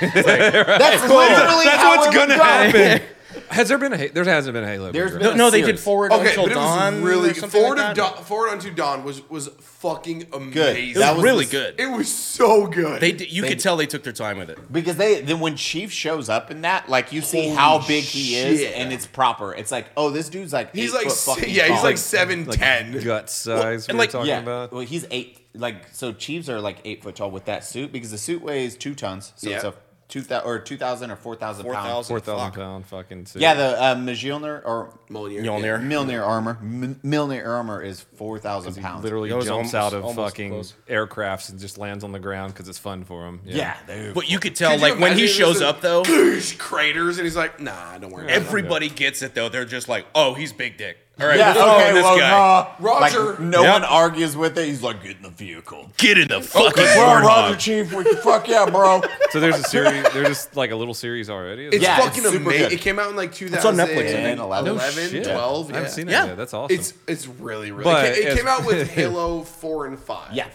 That's literally
That's
how
what's
it would
gonna
(laughs)
go.
happen.
Has there been a Ha- there hasn't been a Halo?
There's
movie,
been
right?
No, no, they did
Series.
Forward
Okay,
Until
but it was
Dawn.
really
or something
forward
like
of
that.
Dawn, forward unto Dawn was was fucking amazing.
Good.
It
That
was
was
really
the-
good.
It was so good.
They did, you
They
could
did.
tell they took their time with it.
Because they then when Chief shows up in that, like you see
Holy
how big he is,
shit.
and it's proper. It's like, oh, this dude's like
he's
eight
like
foot
se-
fucking
yeah, he's
tall.
like seven
(laughs) like
ten.
gut size.
and
we
like-
were talking
yeah.
about.
Well, he's eight. Like so, Chiefs are like eight foot tall with that suit because the suit weighs two tons, so it's
Yeah.
a two thousand or two thousand or four thousand pounds.
4,000.
Four thousand
Fuck.
pound fucking. Suit.
Yeah, the uh, Mjolnir or
Mjolnir.
Mjolnir.
Milner armor, M- Milner armor is four thousand pounds.
literally
That was
jumps
almost-
out of
almost
fucking
close.
aircrafts and just lands on the ground because it's fun for him.
yeah, dude.
But you could tell,
Could you
like, when
imagine
he
if it
shows
was a
up,
(laughs)
though,
goosh, craters, and he's like, nah, don't worry. about it.
everybody gets it, though. They're just like, oh, he's big dick. All right,
Yeah,
we're following
okay,
this
well,
guy.
nah. Like,
Roger.
no
Yep.
one argues with it. He's like, get in the vehicle.
Get in the fucking
Bro,
Warthog.
Roger Chief, we can fuck yeah, bro.
So there's a series. there's just like a little series already.
It's
Is
Yeah,
fucking
it's super
amazing.
good.
It came out in like 2000.
on Netflix, I
think.
and 11,
No
shit.
12. Yeah.
I haven't seen it
Yeah.
yet. That's awesome.
It's it's really really.
But
it ca- it,
it's-
came out with Halo Four and Five.
(laughs) Yeah.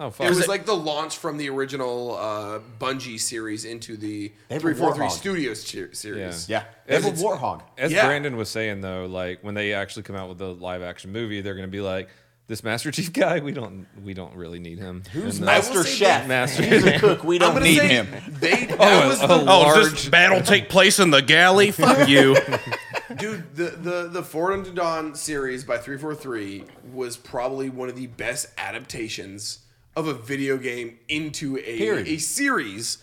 oh fuck.
It was like the launch from the original uh, Bungie series into the
They were
343
Warhog.
Studios che- series.
Yeah. They
As
have a
it's-
warthog.
As
Yeah.
Brandon was saying though, like when they actually come out with the live action movie, they're gonna be like, "This Master Chief guy, we don't, we don't really need him."
Who's
And, uh,
Master
Master
Chef?
Chef?
Master-
He's a cook. We
I'm
don't
gonna
need
say
him.
they that was the
oh,
Oh, does this battle take place in the galley? Fuck you.
dude the the the Ford and Dawn series by 343 was probably one of the best adaptations of a video game into a,
Period.
a series.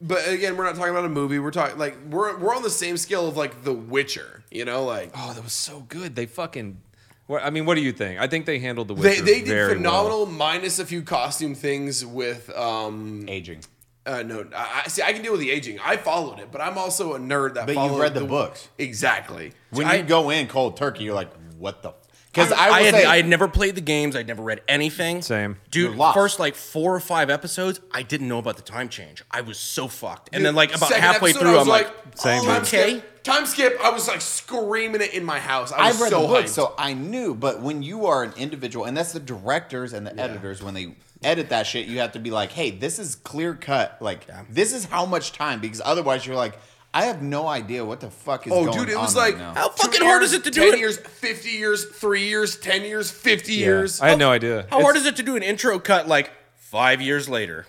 But again, we're not talking about a movie. We're talking like we're we're on the same scale of like The Witcher, you know, like
Oh, that was so good. They fucking. What, I mean, what do you think? I think they handled the
they,
Witcher
they did
very
phenomenal minus a few costume things with um
Aging.
Uh, no, I, I- see, I can deal with the aging. I followed it, but I'm also a nerd that.
But you
followed
read the books.
exactly.
When
I,
you go in cold turkey, you're like, what the? Because I,
I,
will
had,
say,
I had never played the games. I'd never read anything.
Same.
You're
Dude,
lost.
first like four or five episodes, I didn't know about the time change. I was so fucked. And
Dude,
then like about
second
halfway
episode,
through,
I
I'm
was
like,
Same,
oh,
time
dude.
okay.
skip, time skip. I was like screaming it in my house. I was
I've read
so
the book,
hyped.
so I knew. But when you are an individual, and that's the directors and the editors, when they edit that shit, you have to be like, hey, this is clear cut. Like, this is how much time, because otherwise you're like, I have no idea what the fuck is
oh,
going
dude, it
on
was
right
like
now.
How
two
fucking hard
years,
is it to do
10
it?
Years, fifty years, three years, ten years, fifty
well.
years.
Yeah. I had no idea.
How hard is it to do an intro cut like five years later?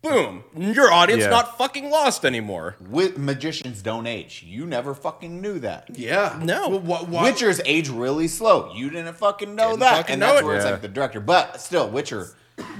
Boom. Your audience
Yeah.
not fucking lost anymore.
Wi- magicians don't age. You never fucking knew that.
yeah.
No.
Well, wha- wha-
Witchers age really slow. You didn't fucking know
Didn't
that,
fucking
and
know
that's
it.
where it's
Yeah.
like the director. But still, Witcher,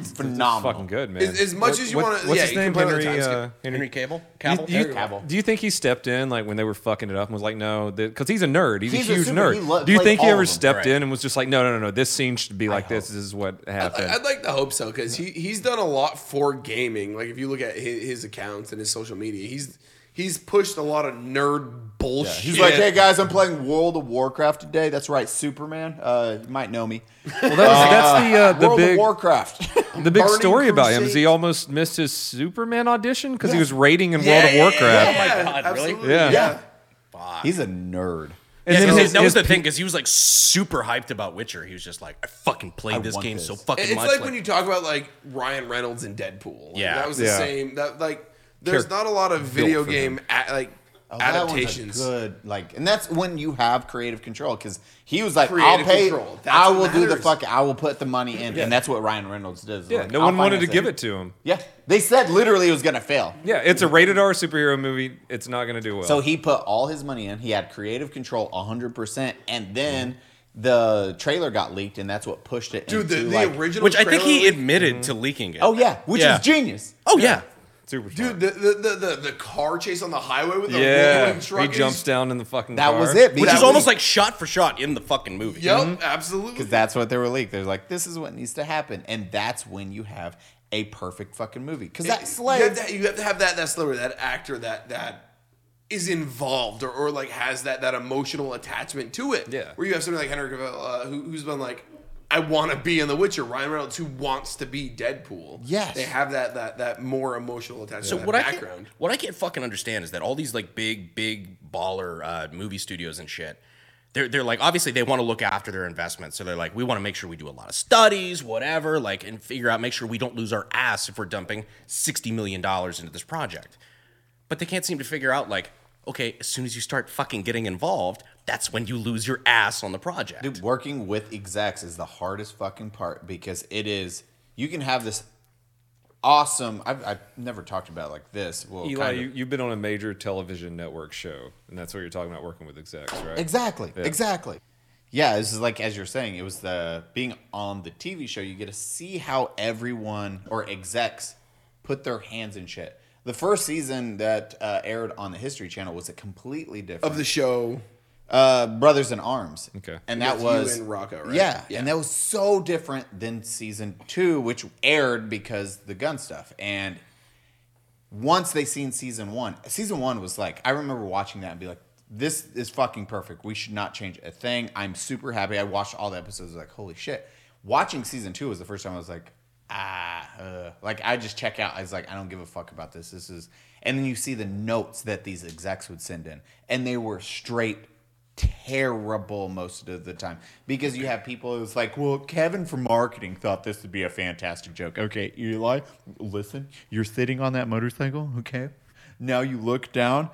phenomenal.
fucking good, man.
As- as much as you wanna-
What's
yeah,
his
you can
name?
play with
Henry.
the time skip.
uh,
Henry Cable?
You-
Cable?
you-
There we go.
Cavill.
do you think he stepped in like when they were fucking it up and was like, no, because he's a nerd. He's,
He's
a
a
huge
super-
nerd.
he lo-
do you
played
think he
all
ever
of 'em.
stepped
Right.
in and was just like, no, no, no, no, this scene should be like this. This is what happened.
I- I'd like to hope so because he, he's done a lot for gaming. Like if you look at his, his accounts and his social media, he's he's pushed a lot of nerd bullshit.
He's like, hey guys, I'm playing World of Warcraft today. That's right, Superman. Uh, you might know me.
well, that was, that's the uh, the
World of
big
Warcraft.
the big
Burning
story about him is
Crusade.
he almost missed his Superman audition because he was raiding in
Yeah,
World of Warcraft.
Yeah,
Oh my God, really?
absolutely.
Yeah.
yeah.
He's a nerd.
And
Yeah,
then
'cause
his,
that was
his
the thing because he was like super hyped about Witcher. He was just like, I fucking played
I
this
want
game
this.
so fucking
It's
much.
like, when you talk about like Ryan Reynolds and Deadpool. Like,
Yeah.
that was the
Yeah.
same. That like, there's
Character
not a lot of video
for
game a, like
Oh, that one's a
adaptations.
good like, and that's when you have creative control because he was like,
Creative
"I'll pay,
control. That's
I
what
will do the
matters.
fuck, I will put the money in," and that's what Ryan Reynolds does.
yeah,
Like,
no
I'll
one wanted to
finance
give it to him.
Yeah, they said literally it was gonna fail.
Yeah, it's a rated R superhero movie. It's not going to do well.
So he put all his money in. He had creative control 100%. And then the trailer got leaked, and that's what pushed it
Dude, the,
into
the
like,
original.
Which I think he
trailer-
admitted to leaking it.
Oh, yeah, which
Yeah.
is genius.
Oh, yeah.
Super smart.
Dude, the, the, the, the, the car chase on the highway with the
yeah,
rolling truck.
he
and
jumps
he's-
down in the fucking.
That
car.
was it.
Which
because-
is almost like shot for shot in the fucking movie.
Yep,
Mm-hmm.
absolutely.
that's what they were leaked. They're like, this is what needs to happen. And that's when you have a perfect fucking movie. Because that slave.
You have, to, you have to have that that slayer, that actor that that is involved or, or like has that that emotional attachment to it.
Yeah.
Where you have somebody like Henry Cavill uh, who, who's been like, I want to be in The Witcher. Ryan Reynolds, who wants to be Deadpool.
Yes.
they have that that that more emotional attachment.
So
to that
what I can't,
background.
what I can't fucking understand is that all these like big big baller uh, movie studios and shit. They're, they're like obviously they want to look after their investments, so they're like we want to make sure we do a lot of studies, whatever, like and figure out make sure we don't lose our ass if we're dumping sixty million dollars into this project. But they can't seem to figure out like okay, as soon as you start fucking getting involved, that's when you lose your ass on the project.
Dude, working with execs is the hardest fucking part because it is you can have this awesome. I've, I've never talked about it like this. Well,
Eli,
kind of.
you, you've been on a major television network show, and that's what you're talking about working with execs, right?
exactly, exactly. Yeah, this is like as you're saying, it was the being on the TV show. You get to see how everyone or execs put their hands in shit. The first season that uh, aired on the History Channel was a completely different
of the show.
uh, Brothers in Arms.
Okay.
and that
With you
was
and Rocco, right?
Yeah,
Yeah.
and that was so different than season two, which aired because the gun stuff. And once they seen season one, season one was like I remember watching that and be like, "This is fucking perfect. We should not change a thing." I'm super happy. I watched all the episodes. I was like, holy shit! Watching season two was the first time I was like, ah, uh. like I just check out. I was like, I don't give a fuck about this. This is, and then you see the notes that these execs would send in, and they were straight terrible most of the time because you have people who's like, well, Kevin from marketing thought this would be a fantastic joke. Okay, Eli, listen, you're sitting on that motorcycle, okay? Now you look down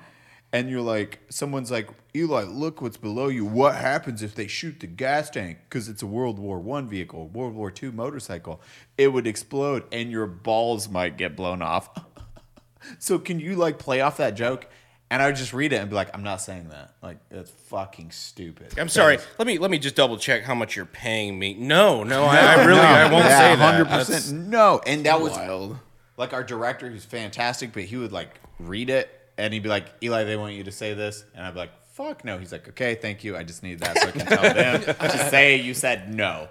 and you're like, someone's like, Eli, look what's below you. What happens if they shoot the gas tank? Because it's a World War One vehicle, World War Two motorcycle. It would explode and your balls might get blown off. so can you like play off that joke? And I would just read it and be like, I'm not saying that. Like, that's fucking stupid.
I'm sorry. Let me let me just double check how much you're paying me. No, no, I, I really I won't
Yeah,
say that.
100%
That's-
no. And that was
Wild.
like our director who's fantastic, but he would like read it and he'd be like, Eli, they want you to say this. And I'd be like, fuck no. He's like, okay, thank you. I just need that so I
(laughs)
can tell them to say you said no.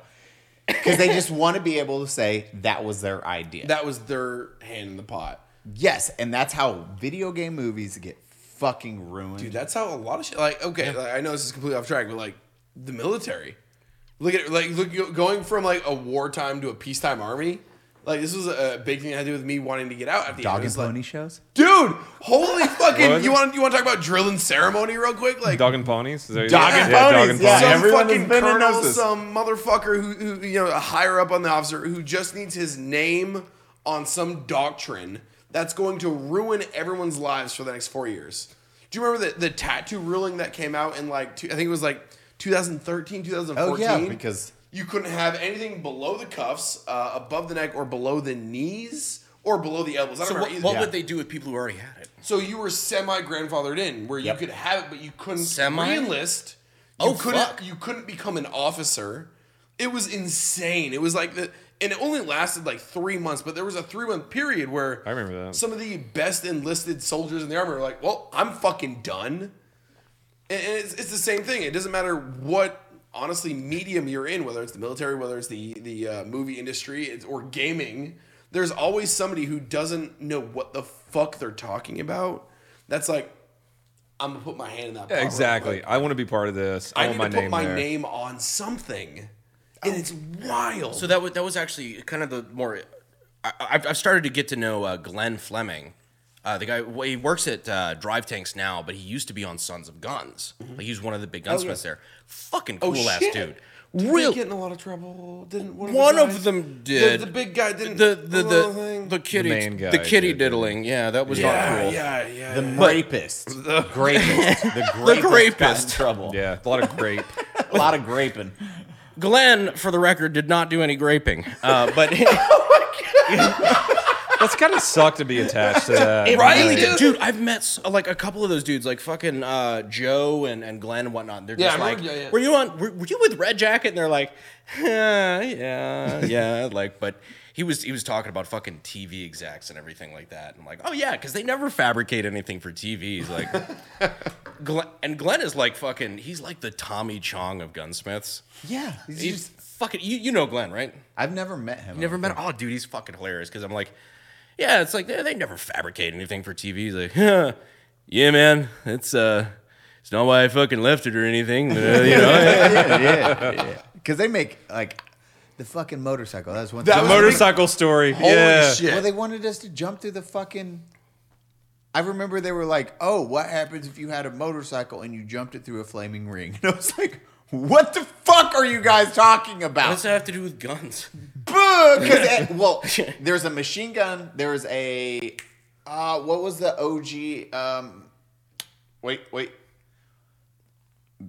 Because they just want to be able to say that was their idea.
That was their hand in the pot.
yes. And that's how video game movies get fucking ruined.
Dude, that's how a lot of shit. Like, okay, like, I know this is completely off track, but like the military, look at it, like look go- going from like a wartime to a peacetime army. Like this was a big thing I had to do with me wanting to get out at the
Dog
end. It
and
was like,
pony shows?
dude, holy fucking!
was
You
it?
want you want to talk about drill and ceremony real quick? Like
Dog and ponies? Is that-
Dog
and
dog
ponies,
and
yeah.
ponies.
some
everyone has
fucking
been in
colonel,
knows this.
some motherfucker who, who you know a higher up on the officer who just needs his name on some doctrine that's going to ruin everyone's lives for the next four years. Do you remember the, the tattoo ruling that came out in like two, I think it was like 2013, 2014?
Oh, yeah, because-
you couldn't have anything below the cuffs, uh, above the neck, or below the knees, or below the elbows. I don't
So
remember
what,
either.
what would they do with people who already had it?
So you were semi grandfathered in, where
Yep.
you could have it, but you couldn't
Semi?
enlist.
Oh,
you couldn't,
fuck.
You couldn't become an officer. It was insane. It was like the, and it only lasted like three months. But there was a three month period where
I remember that.
some of the best enlisted soldiers in the army were like, "Well, I'm fucking done." And, and it's, it's the same thing. It doesn't matter what honestly medium you're in, whether it's the military, whether it's the the uh, movie industry, it's, or gaming. There's always somebody who doesn't know what the fuck they're talking about. That's like, I'm gonna put my hand in that. pot
Yeah,
real
exactly.
quick.
I want to be part of this. I,
I,
want
need
my
to put
name
my
there.
name on something, and it's wild.
So that was that was actually kind of the more. I, I've, I've started to get to know uh, Glenn Fleming, uh, the guy. Well, he works at uh, Drive Tanks now, but he used to be on Sons of Guns. Like he's one of the big gunsmiths there. Fucking cool ass
shit.
dude.
Did
Real
they get in a lot of trouble? Didn't one of,
One
the
of
guys-
them
The-
did.
The, big guy didn't.
the the
little
the,
thing?
the kitty
main guy
the kitty
did, didn't he?
diddling. Yeah, that was not
yeah,
cool.
yeah, yeah.
The
yeah.
rapist. (laughs) The
(laughs)
rapist. The grapist. Got in
grapist.
trouble.
Yeah, a lot of grape.
A lot of graping.
Glenn, for the record, did not do any graping, uh,
(laughs)
but.
That's kind of suck to be attached to that.
It (laughs)
Right,
really
Oh, dude?
did. Dude, I've met s- like a couple of those dudes, like fucking uh, Joe and, and Glenn and whatnot. They're
Yeah,
just
I
like,
remember- yeah, yeah.
were you on? Were, were you with Red Jacket? And they're like, "Huh,
(laughs)
yeah, yeah, like, but. He was he was talking about fucking TV execs and everything like that. And I'm like, oh yeah, because they never fabricate anything for TVs. Like,
(laughs)
Glenn, and Glenn is like fucking. He's like the Tommy Chong of gunsmiths.
Yeah. He's
He's
just-
fucking. You you know Glenn, right?
I've never met him.
Never met. Oh, dude, he's fucking hilarious. Because I'm like, yeah, it's like they, they never fabricate anything for TV. He's like, (laughs) huh, yeah, man, it's uh, it's (laughs) not why I fucking left it or anything. But, uh, you know,
(laughs) yeah, yeah. Because they make like The fucking motorcycle. That was one.
That
thing.
was-
Motorcycle story.
Holy
yeah.
shit.
Well, they wanted us to jump through the fucking. I remember they were like, "Oh, what happens if you had a motorcycle and you jumped it through a flaming ring?" (laughs) And I was like, "What the fuck are you guys talking
What
about?"
does that have to do with guns? (laughs)
Because well, there's a machine gun. There's a uh, what was the OG? Um, wait, wait.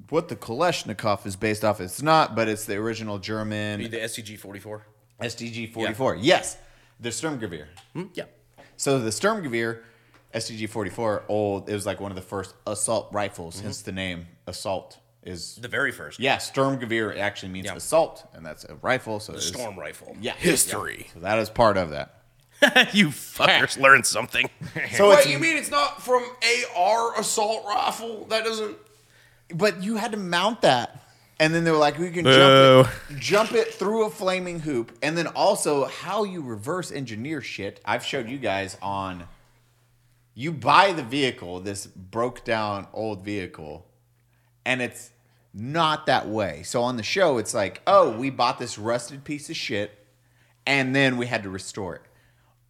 What the Kalashnikov is based off? It's not, but it's the original
The
German
SCG 44?
SDG 44. Yes, the Sturmgewehr.
Hmm? Yeah.
So the Sturmgewehr SDG 44, old. It was like one of the first assault rifles.
Mm-hmm.
Hence the name assault is.
The very first.
Yeah, Sturmgewehr actually means
Yeah.
assault, and that's a rifle. So it's,
Storm rifle.
Yeah,
History.
So that is part of that.
(laughs) you fuckers learned something.
So
What
it's,
you mean it's not from AR assault rifle? That doesn't.
but you had to mount that, and then they were like, we can
Boo.
jump it, jump it through a flaming hoop, and then also how you reverse engineer shit. I've showed you guys on. You buy the vehicle, this broke down old vehicle, and it's not that way. So on the show, it's like, oh, we bought this rusted piece of shit, and then we had to restore it.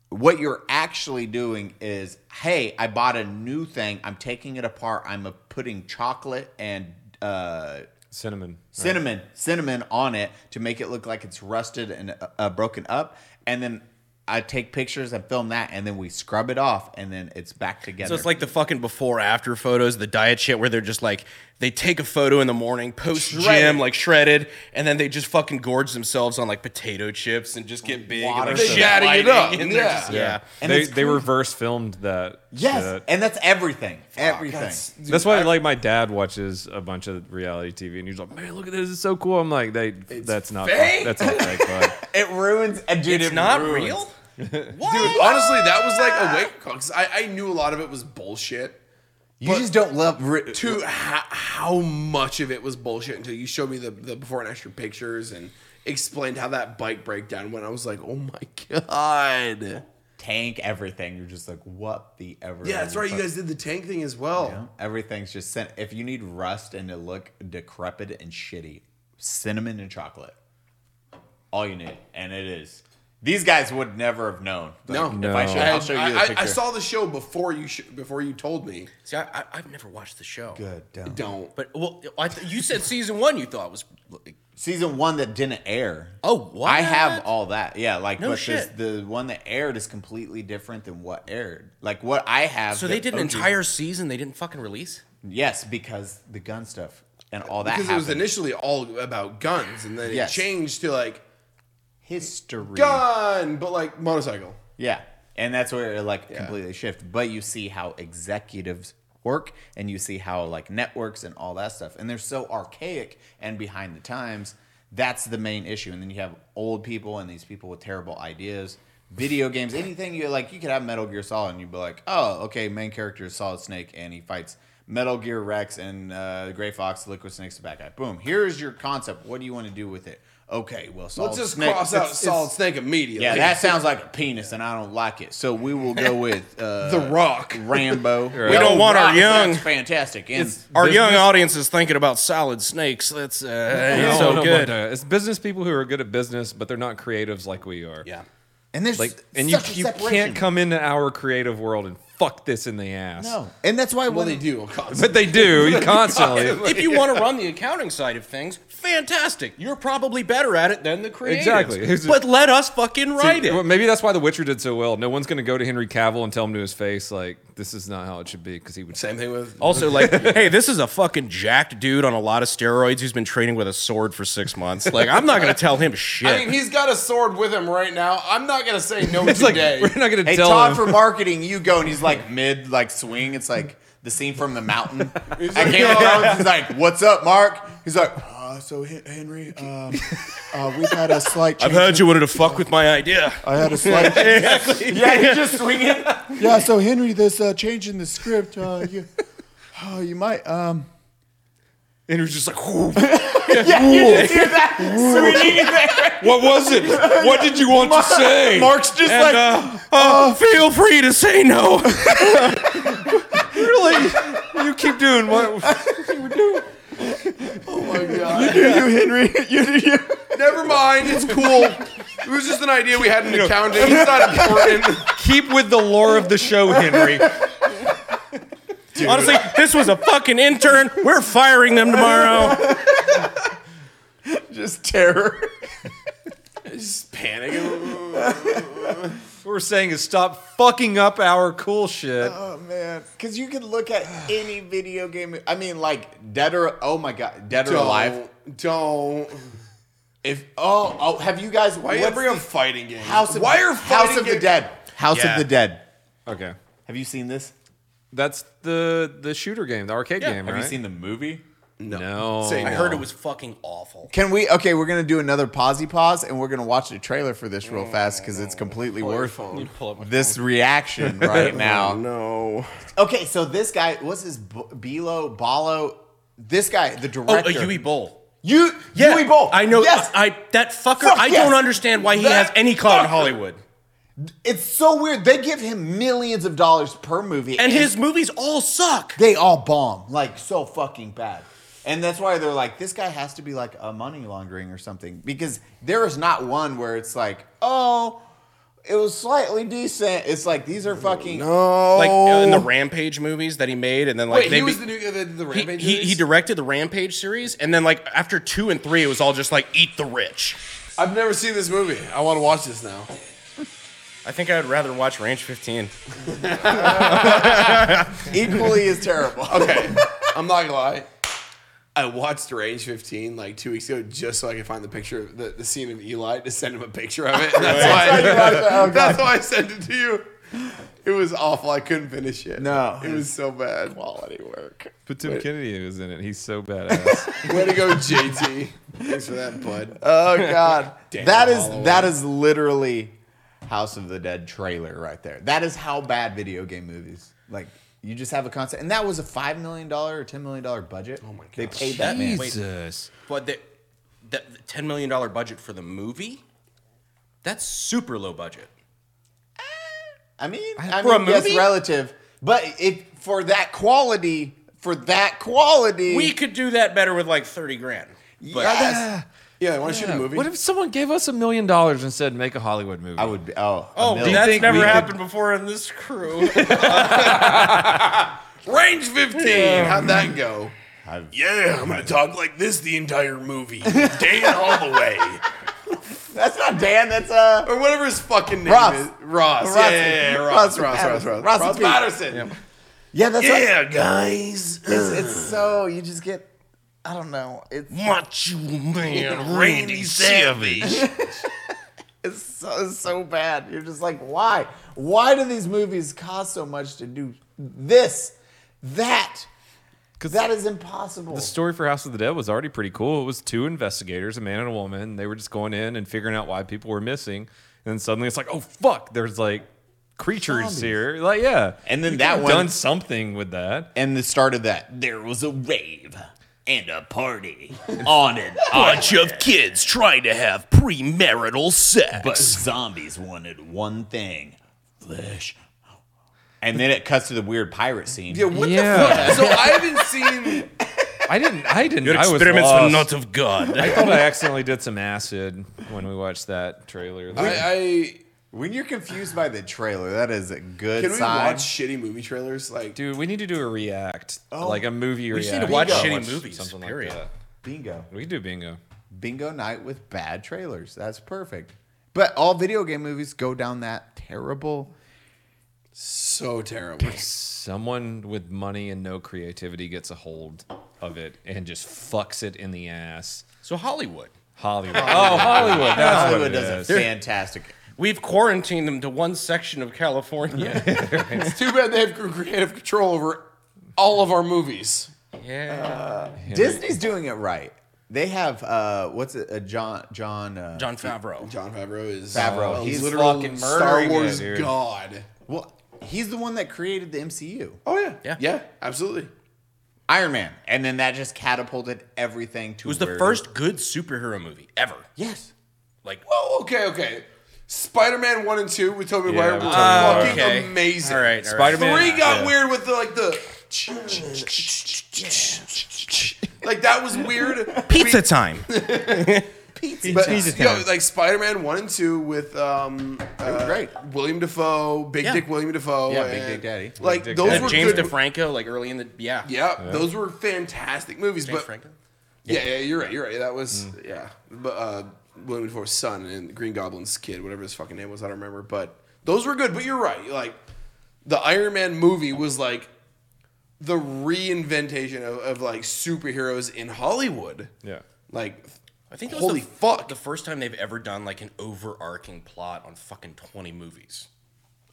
what you're actually doing is hey i bought a new thing i'm taking it apart i'm uh, putting chocolate and uh,
Cinnamon.
cinnamon cinnamon on it to make it look like it's rusted and uh, uh, broken up and then i take pictures and film that and then we scrub it off and then it's back together
So it's like the fucking before after photos, the diet shit where they're just like they take a photo in the morning, post gym
Shredded.
like shredded, and then they just fucking gorge themselves on like potato chips and just get big
Water
and like
They're
shit
daddying
lighting,
it up.
and they're
Yeah.
just- yeah.
And
they
it's
they
cool.
reverse filmed that.
yes
shit.
and that's everything everything
That's why, like, my dad watches a bunch of reality TV, and he's like, "Man, look at this! It's so cool." I'm like, "They, that's not,
fake.
that's not fake." But
it ruins and dude
It's
it
not
ruins.
(laughs)
real.
Dude, honestly, that was like a wake call 'cause I, I knew a lot of it was bullshit.
you just don't love ri-
To how, how much of it was bullshit until you showed me the, the before and after pictures and explained how that bike breakdown went. I was like, oh my god.
tank everything you're just like what the ever
Yeah, that's right. You guys did the tank thing as well.
Everything's just sent. If you need rust and to look decrepit and shitty, cinnamon and chocolate. All you need, and it is. These guys would never have known.
No.
If I
No.
show,
I,
I'll show you the
I- I
picture.
saw the show before you sh- before you told me.
See, I, I, I've never watched the show.
Good. Don't.
Don't.
But well, I th- you said season one. You thought was
Season one that didn't air.
oh what?
I have all that. Yeah, like
No
but this,
shit.
the one that aired is completely different than what aired. Like what I have.
So they
that
did an
OG
entire season. They didn't fucking release.
Yes, because the gun stuff and all that
Because it was
happened.
initially all about guns and then
Yes. Mm-hmm.
it changed to like
history.
gun, but like motorcycle.
Yeah. And that's where it like completely shift. But you see how executives work and you see how like networks and all that stuff. And they're so archaic and behind the times. That's the main issue. And then you have old people and these people with terrible ideas. Video games, anything you like, you could have Metal Gear Solid and you'd be like, oh, okay, main character is Solid Snake and he fights Metal Gear Rex and uh, Gray Fox, Liquid Snake's the bad guy. Boom. Here's your concept. What do you want to do with it? Okay, well, Solid
Let's just
Snake-
cross out
it's- it's-
Solid Snake immediately.
yeah, that sounds like a penis, and I don't like it. So we will go (laughs) with uh,
The Rock.
(laughs)
Rambo.
We
don't
Oh,
want our
Rock
young.
sounds fantastic. And
Our
Business-
young audience is thinking about solid snakes. (laughs) That's uh, ain't
I don't know
so
about
good.
that. It's business people who are good at business, but they're not creatives like we are.
Yeah.
and there's
Like,
like,
and you, you can't come into our creative world and fuck this in the ass.
No, and that's why
Well, (laughs)
when
they do. (laughs) Constantly.
But they do
(laughs)
you constantly.
If you want to run the accounting side of things, fantastic. You're probably better at it than the creators.
Exactly. Who's-
But let us fucking write
Well,
it.
Maybe that's why The Witcher did so well. No one's going to go to Henry Cavill and tell him to his face, like, this is not how it should be, because he
(laughs)
would
Same thing with
Also, like, (laughs) hey, this is a fucking jacked dude on a lot of steroids who's been training with a sword for six months. Like, I'm not gonna tell (laughs) him shit.
I mean, he's got a sword with him right now. I'm not gonna say no
It's like,
today.
(laughs) we're not going (laughs) to
hey
tell
Todd
him.
for marketing, you go and he's like mid like swing. It's like the scene from The
(laughs)
Mountain. He's like, he's like, "What's up, Mark?" He's like, uh, "So Hen- Henry, um, uh, we've had a slight. Change
I've heard you wanted to fuck with my idea.
I had a slight. (laughs)
yeah, you just swing it.
yeah, so Henry, this uh, change in the script, uh, you, (laughs) oh, you might. Um,
And he was just like,
(laughs)
(laughs)
What was it? What did you want to say?
Mark's just like, oh.
uh,
feel free to say
(laughs)
no.
really? You keep doing what?
you, Henry, you, you.
Never mind. It's cool. It was just an idea we had in accounting. It's not important.
(laughs)
Keep with the lore of the show, Henry.
Honestly, this was a fucking intern. We're firing them tomorrow.
Just terror.
Just panicking.
What we're saying is stop fucking up our cool shit.
Oh man, because you can look
(sighs)
at any video game. I mean, like Dead or Oh my God, Dead or Alive.
Don't. Don't.
If oh oh, have you guys?
Why you
what's
bring up
the-
fighting games?
House of,
Why are
House
fighting
of the
games-
Dead? House
Yeah.
of the Dead.
Okay.
Have you seen this?
That's the the shooter game, the arcade game,
Have
right?
you seen the movie?
no.
Say
I heard it was fucking awful.
Can we? Okay, we're gonna do another pausey pause, and we're gonna watch the trailer for this real fast because it's completely worth this reaction right now.
No.
Okay, so this guy, what's his B- Belo Balo? This guy, the
Oh,
director,
a Yui Bowl.
you, Yui Bowl.
I know.
Yes,
I, I- that fucker.
Fuck
I
yes.
don't understand why he
That
has any clout
fucker.
in Hollywood.
it's so weird. They give him millions of dollars per movie,
And his movies all suck.
they all bomb like so fucking bad. And that's why they're like, this guy has to be like a money laundering or something because there is not one where it's like, oh, it was slightly decent. It's like these are fucking.
Like uh, in the
oh.
Rampage movies that he made, and then like
Wait,
they
he was
be-
the new uh, the, the
he-
Rampage.
he, he
movies?
directed the Rampage series, and then like after two and three, it was all just like eat the rich.
I've never seen this movie. I want to watch this
(laughs)
now.
I think I would rather watch Ranch 15.
(laughs) equally as (laughs) terrible.
Okay, I'm not gonna lie. I watched Range 15 like two weeks ago just so I could find the picture, of the, the scene of Eli to send him a picture of
(laughs)
it. And that's, why, that's why I sent it to you. It was awful. I couldn't finish it.
No.
it was so bad.
Quality work.
But Tim Kennedy was in it. He's so
(laughs)
badass.
Way to go, JT. Thanks for that, bud.
Oh god.
Damn,
that is
Holloway.
that is literally House of the Dead trailer right there. That is how bad video game movies. Like you just have a concept, and that was a five million dollar or ten million dollar budget. Oh my god! They paid that man.
Jesus.
But the, the, the $10 million budget for the movie? That's super low budget.
I mean, I
For a
mean, yes,
movie?
relative, but if for that quality, for that quality,
We could do that better with like 30 grand. But
yes,
Yeah, want to shoot a movie?
What if someone gave us a million dollars and said make a Hollywood movie?
I would. Be, oh, a
Oh,
million.
that's
think we
never
could-
happened before in this crew. (laughs)
Range 15. How'd that go?
I've-
yeah, I'm gonna talk like this the entire movie. Dan Holloway.
that's not Dan. That's uh,
or whatever his fucking name
Ross.
is. Ross.
Ross.
Yeah, yeah, yeah, yeah, Ross. Ross.
Ross
Ross.
Patterson.
Ross.
Ross
Ross.
Pete.
Patterson.
yeah, that's right.
Yeah, guys.
It's, it's so you just get. I don't know. It's
Macho Man (laughs) Randy Savage. (laughs)
It's so, it's so bad. You're just like, why? Why do these movies cost so much to do this, that? Because that is impossible.
The story for House of the Dead was already pretty cool. It was two investigators, a man and a woman. and They were just going in and figuring out why people were missing. And then suddenly it's like, oh fuck, there's like creatures here. Like yeah.
And then
You
that
could've
one-
done something with that.
and the start of that, there was a rave and a
(laughs)
party on it,
Bunch of kids trying to have premarital sex.
but zombies wanted one thing: flesh. And then it cuts to the weird pirate scene.
Yeah, what
Yeah.
the fuck? So I haven't seen.
I didn't I didn't I was lost.
of God.
I thought I accidentally did some acid when we watched that trailer.
I, I
When you're confused by the trailer, that is a good
can we
sign.
watch shitty movie trailers? Like,
Dude, we need to do a react, like a movie
We
react.
just need to watch
Bingo.
shitty
Watch
movies.
something like
period.
that.
Bingo.
We could do bingo.
bingo night with bad trailers. That's perfect. But all video game movies go down that terrible.
so
(laughs)
terrible.
Someone with money and no creativity gets a hold of it and just fucks it in the ass.
(laughs) So Hollywood.
Hollywood. oh, Hollywood. That's
Hollywood
what it
does
is.
a fantastic.
We've quarantined them to one section of California.
It's too bad they have creative control over all of our movies.
yeah.
Disney's doing it right. They have uh, what's it? A John John
(laughs)
uh,
John Favreau.
John Favreau is
Favreau.
a
He's
literal
fucking
Star
murdering it,
Wars
dude.
god.
Well, he's the one that created the MCU,
Oh yeah,
Yeah.
yeah, absolutely.
Iron Man, and then that just catapulted everything
It
to.
was the first good superhero movie ever.
Yes.
Like,
Oh, okay, okay. Spider-Man one and two with Tobey Maguire were
with Tobey
Maguire.
fucking
Okay.
amazing.
all right, all right.
Spider-Man.
Three got
Yeah.
weird with the like the like that was weird.
Pizza time.
pizza.
But
Town.
you know, like Spider Man one and two with um, uh,
great.
William Defoe, Big
Yeah.
Dick William Defoe,
Yeah, Big
and,
Dick Daddy.
Like
Dick
those
Daddy.
were
James
good,
DeFranco, like early in the yeah.
Yeah, those were fantastic movies.
James
but
Franco?
yeah, yeah, you're right. You're right. That was
Mm.
yeah. But uh, William Defoe's son and Green Goblin's kid, whatever his fucking name was, I don't remember. But those were good. But you're right. Like the Iron Man movie was like the reinventation of, of like superheroes in Hollywood.
Yeah.
Like
I think that was
holy
the,
fuck.
the first time they've ever done like an overarching plot on fucking twenty movies.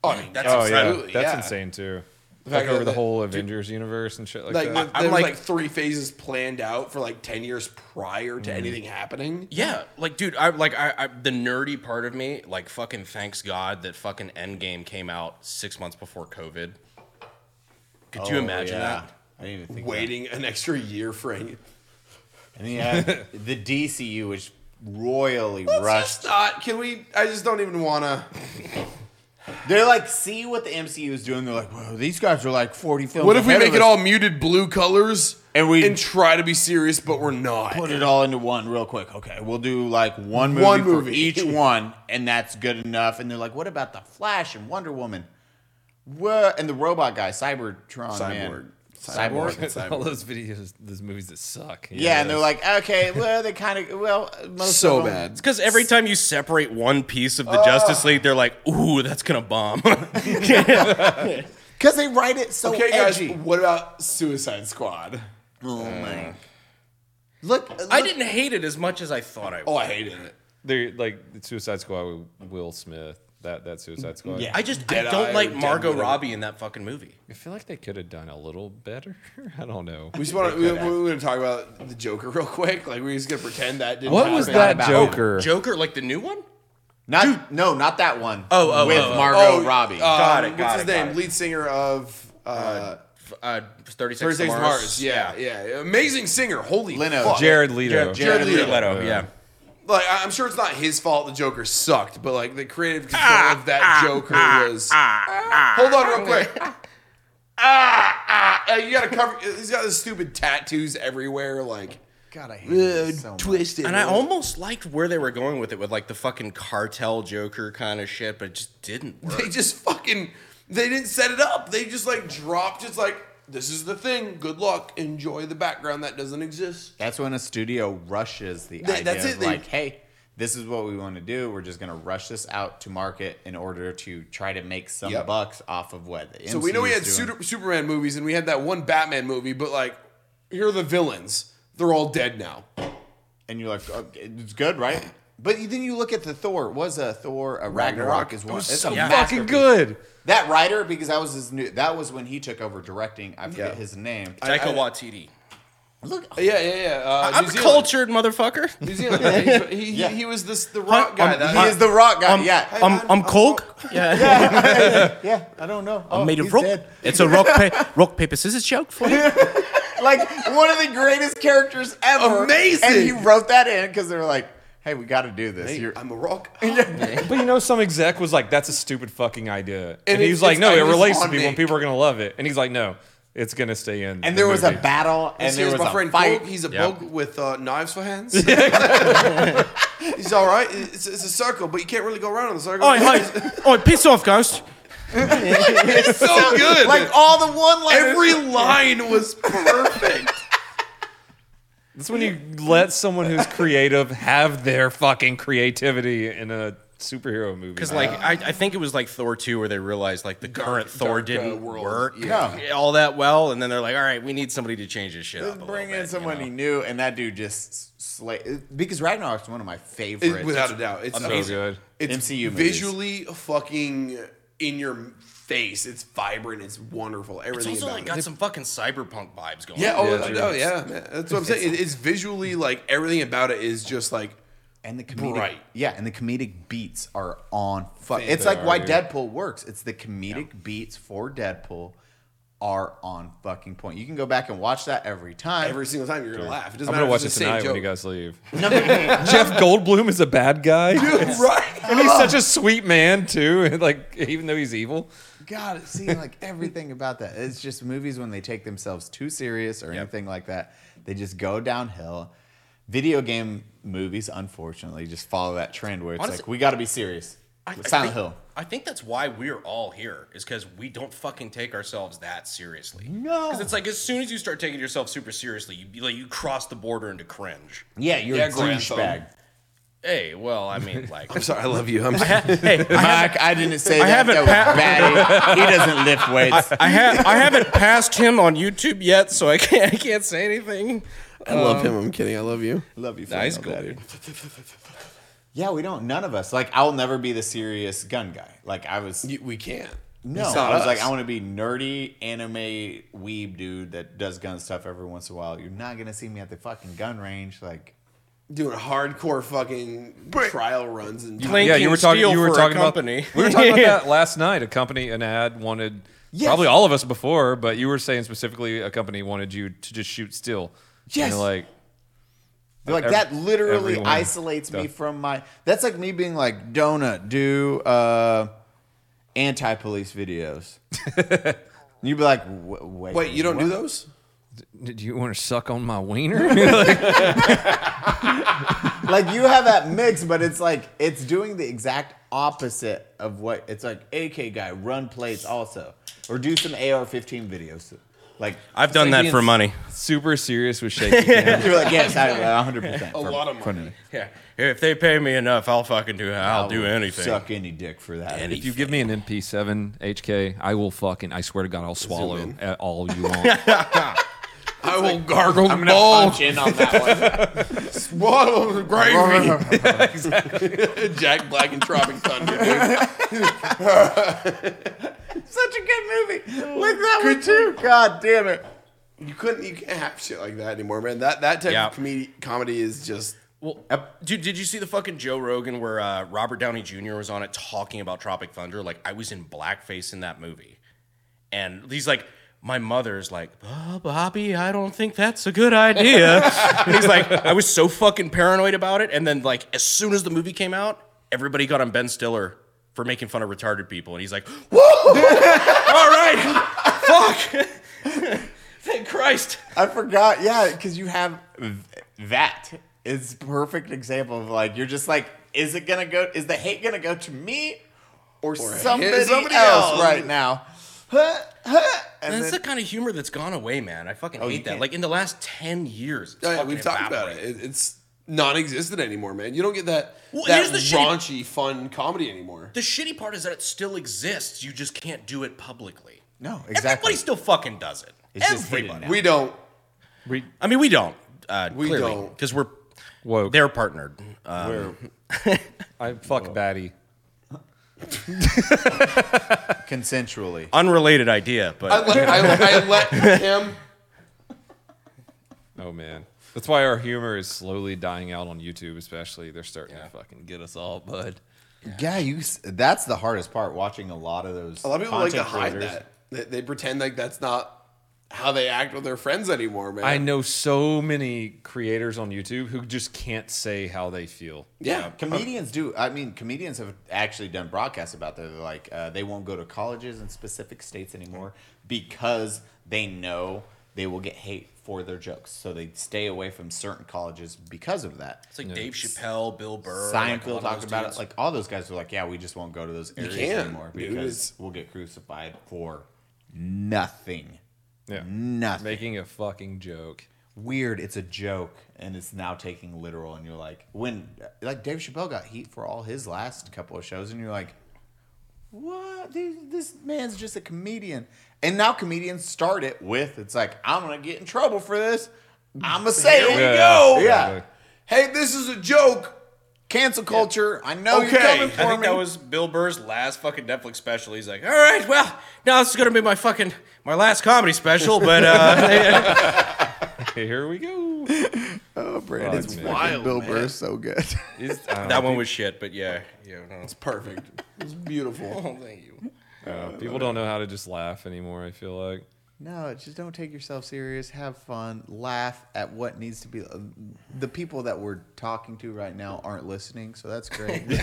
oh, I mean, that's
Oh
absolutely
yeah, that's
yeah.
insane too.
fact
Like over
that-
the whole Avengers universe and shit like,
Like there
that.
I'm
was,
like-
like, three phases planned out for like ten years prior
Mm.
to anything happening.
Yeah, like dude, I like I, I the nerdy part of me like fucking thanks God that fucking Endgame came out six months before COVID. Could you
Oh,
imagine
yeah.
that?
I didn't even think of that.
Waiting an extra year for any
And then you have the DCU, which royally rushed.
Just not. Can we? I just don't even want to.
They're like, see what the MCU is doing. They're like, whoa, these guys are like 40 films.
What if we
ahead
make
of
it
us.
all muted blue colors
And we-
and try to be serious, but we're not.
Put it all into one real quick. Okay, we'll do like one movie,
One
for
movie.
(laughs) each one, and that's good enough. And they're like, what about the Flash and Wonder Woman? What? And the robot guy, Cybertron, man. Cyborg.
Cyborg.
all those videos, those movies that suck.
(laughs) Yeah, and they're like, okay, well, they kind of, well, most
So
of them-
bad.
Because every time you separate one piece of the Justice League, they're like, "Ooh, that's gonna bomb." (laughs)
because they write it so
Okay, guys.
edgy.
What about Suicide Squad?
Oh my! Look, look
I didn't hate it as much as I thought I would.
Oh, I hated it.
they're like Suicide Squad with Will Smith. That that Suicide Squad.
I just I
Deadeye
don't
or
like
Dead
Margot
Widow.
Robbie in that fucking movie.
I feel like they could have done a little better. (laughs) I don't know.
We just want to. We, we're going to talk about the Joker (laughs) real quick. Like we're just going to pretend that didn't.
What was
happen.
that
about- Oh,
Joker?
Joker, like the new one?
Not no, not that one.
Oh, oh,
with
oh, uh, oh.
Margot Robbie.
um,
Got it,
what's
got
his
it, got
name?
it.
Lead singer of uh,
F- Uh, Thirty Six
Thirty Six Mars. Yeah, yeah, Amazing singer. Holy
Leno.
fuck.
Jared Leto.
Jared
Jared
Leto.
Leto. Yeah.
like I- I'm sure it's not his fault the Joker sucked, but like the creative control
Ah,
of that Joker was. Hold on,
(laughs)
real quick. ah, ah, ah, you gotta cover. He's got those stupid tattoos everywhere, like
God, I hate this so much.
twisted.
And I almost liked where they were going with it, with like the fucking cartel Joker kind of shit, but it just didn't work.
They just fucking. They didn't set it up. They just like dropped. It's like this is the thing. Good luck. Enjoy the background that doesn't exist.
That's when a studio rushes the
Th-
idea
that's it,
of
they-
like, hey, this is what we want to do. We're just gonna rush this out to market in order to try to make some
Yep.
bucks off of what. The
So we know we had
MCU is doing.
Super- Superman movies and we had that one Batman movie, but like here are the villains. They're all dead now.
and you're like, okay, it's good, right? But you- then you look at the Thor. Was a Thor a Ragnarok,
Ragnarok.
is
It
one.
was
it's
so
a
fucking
masterpiece.
Fucking good.
That writer because that was his new. That was when he took over directing. I forget
Yeah.
his name.
Taika Waititi.
look,
Yeah, yeah, yeah. Uh,
I'm
New
a
Zealand.
cultured motherfucker.
Uh,
New
(laughs)
Zealand. He, he,
Yeah.
he was this the rock guy.
um,
that,
he is the rock guy. yeah,
I'm, I'm Coke. Yeah.
yeah. I don't know.
I'm
Oh,
made of
he's
rock.
dead.
It's a
(laughs)
rock, pa- rock, paper, scissors joke for you.
like one of the greatest characters ever.
Amazing.
And he wrote that in because they were like, "Hey, we got to do this."
Hey,
You're,
I'm a rock.
But you know, some exec was like, "That's a stupid fucking idea," and,
And
he
it-
was like,
it's-
"No,
and
it
it's
relates to
on
people, and
me."
people are gonna love it." And he's like, "No, it's gonna stay in."
and there was a
movie."
battle, and
This
there
is
was
my
a
friend
fight.
Bogue. He's a
Yep.
bug with uh, knives for hands. He's all right. It's, it's a circle, but you can't really go around in the circle.
Oh,
Oi, hi. Oi, piss off, ghost.
It's so good.
like all the one liners.
every line was perfect.
That's when you let someone who's creative have their fucking creativity in a superhero movie.
Because like I, I think it was like Thor two where they realized like the current Thor
dark, uh,
didn't
world.
work
Yeah.
all that well, and then they're like, all right, we need somebody to change this shit.
Oh,
Up a
bring
little
in
bit,
someone
You
he
know?
knew, and that dude just slay. Because Ragnarok's one of my favorites,
It- without a doubt, it's
so
amazing.
good.
It's
MCU movies.
visually fucking in your face. It's vibrant. It's wonderful.
It's
Everything
also
about
like
it.
got some fucking cyberpunk vibes going.
Yeah,
on.
oh,
Yeah, true.
no, yeah. man. That's what I'm saying. It- It's visually like everything about it is just like
and the comedic.
Bright.
Yeah, and the comedic beats are on. Fuck,
They
it's like why
are, dude.
Deadpool works. It's the comedic beats for Deadpool are on fucking point. You can go back and watch that every time.
every single time you're gonna laugh. It doesn't
I'm
matter.
gonna
if
watch it
it's the same
tonight when you
joke.
guys leave. Jeff Goldblum is a bad guy,
right?
and he's such a sweet man too. (laughs) and, Like even though he's evil,
God, see, like everything about that. It's just movies when they take themselves too serious or anything like that, they just go downhill. Video game movies, unfortunately, just follow that trend where it's
Honestly-
like we got to be serious.
I- I think-
Silent Hill.
I think that's why we're all here, is because we don't fucking take ourselves that seriously.
No.
because it's like as soon as you start taking yourself super seriously, you you, like you cross the border into cringe.
Yeah, you're
Yeah,
a
grandson.
douchebag.
Hey, well, I mean,
(laughs)
like, (laughs)
I'm sorry, I love you. I'm
hey,
Mike, I didn't say that.
haven't
that
(laughs)
was bad. He doesn't lift weights.
I have I haven't passed him on YouTube yet, so I can't I can't say anything.
I love him. I'm kidding. I Um, love you.
Love you. for
Nice,
that,
cool,
daddy.
dude.
Yeah, we don't. None of us. Like, I'll never be the serious gun guy. Like, I was.
You- We can't.
no,
It's not
I was
us.
like, I want to be nerdy anime weeb dude that does gun stuff every once in a while. You're not gonna see me at the fucking gun range. Like,
doing hardcore fucking trial runs and
Playing-
yeah, you were talking.
Steel
You
for
were
a
talking about.
company.
We were talking about
(laughs)
that last night. A company, an ad wanted probably all of us before, but you were saying specifically a company wanted you to just shoot still.
Yes.
And you're like
like
Ev-
that literally
everyone
isolates me
does.
from my. That's like me being like, donut, do uh, anti police videos. You'd be like, "Wh- wait,
Wait, you don't do those?
do you want to suck on my wiener? (laughs) Like,
like you have that mix, but it's like it's doing the exact opposite of what it's like. AK guy run plates also, or do some AR-15 videos. Like
I've done that for money.
super serious with shaking hands.
(laughs) you're like, yes, I 100 percent. A
lot of money.
Yeah, if they pay me enough, I'll fucking do. I'll, do anything.
Suck any dick for that.
Any-
If you give me an MP7 HK, I will fucking. I swear to God, I'll swallow uh, all you want.
I will gargle
I'm gonna
(laughs)
punch in on that
Swallow gravy.
one.
(laughs) Jack Black and Tropic Thunder, dude.
(laughs) Such a good movie. Look that one too. God damn it.
You couldn't, you can't have shit like that anymore, man. That that type
Yeah.
of comedy, comedy is just.
Well, dude, did you see the fucking Joe Rogan where uh, Robert Downey Jr. was on it talking about Tropic Thunder? Like, I was in blackface in that movie, and he's like, my mother's like, oh, Bobby, I don't think that's a good idea. and he's like, I was so fucking paranoid about it, and then like, as soon as the movie came out, everybody got on Ben Stiller for making fun of retarded people, and he's like, whoa, (laughs) all right, (laughs) fuck, thank Christ.
I forgot. Yeah, because you have th- that is perfect example of like you're just like, is it gonna go? Is the hate gonna go to me or, somebody,
somebody
else,
else.
right now? Huh, huh, and
That's
then-
the
Oh,
kind of humor that's gone away, man. I fucking
you
hate that.
can't-
Like in the last ten years, it's
Oh, yeah,
fucking
we've talked about it.
evaporated.
It- It's non-existent anymore, man. You don't get that
Well,
that
here's the shitty-
raunchy, fun comedy anymore.
The shitty part is that it still exists. You just can't do it publicly.
no, exactly.
Everybody still fucking does it.
It's just hidden
Everybody.
now.
We don't.
I mean, we don't. Uh,
We
clearly,
don't.
because we're
Whoa,
they're partnered. Uh,
I fuck baddie.
Consensually,
unrelated idea, but
I let, I, I let him.
Oh man, that's why our humor is slowly dying out on YouTube. Especially, they're starting to fucking get us all, bud.
yeah, you. s- That's the hardest part. Watching a lot of those.
A lot of people like to hide
creators.
that. They, they pretend like that's not how they act with their friends anymore, man.
I know so many creators on YouTube who just can't say how they feel.
yeah.
Comedians do. I mean, comedians have actually done broadcasts about that. They're like, uh, they won't go to colleges in specific states anymore because they know they will get hate for their jokes. So they stay away from certain colleges because of that.
it's like Dave Chappelle, Bill Burr, like a lot
Seinfeld
of
talked
those
about
dudes.
it. Like all those guys were like, yeah, we just won't go to those areas
can't,
anymore
dude.
because
It's-
we'll get crucified for nothing.
Yeah,
Nothing.
making a fucking joke.
Weird. It's a joke, and it's now taking literal. And you're like, when like Dave Chappelle got heat for all his last couple of shows, and you're like, what? This, this man's just a comedian. And now comedians start it with, it's like, I'm gonna get in trouble for this. I'm gonna say it.
Yeah.
go.
Yeah.
Yeah.
Hey, this is a joke.
Cancel culture. I know you're
Okay.
coming
I
for
I think
me.
that was Bill Burr's last fucking Netflix special. He's like, all right, well, now this is gonna be my fucking my last comedy special, but
(laughs)
uh,
Here we go.
oh, Brandon, it's
man.
fucking
Wild,
Bill
man.
Burr's so good. (laughs)
that one was shit. But yeah, yeah, no.
It's perfect. It's beautiful.
thank you.
Uh, people don't know how to just laugh anymore. I feel like
No, just don't take yourself serious. Have fun. Laugh at what needs to be. uh, The people that we're talking to right now aren't listening, so that's great.
(laughs)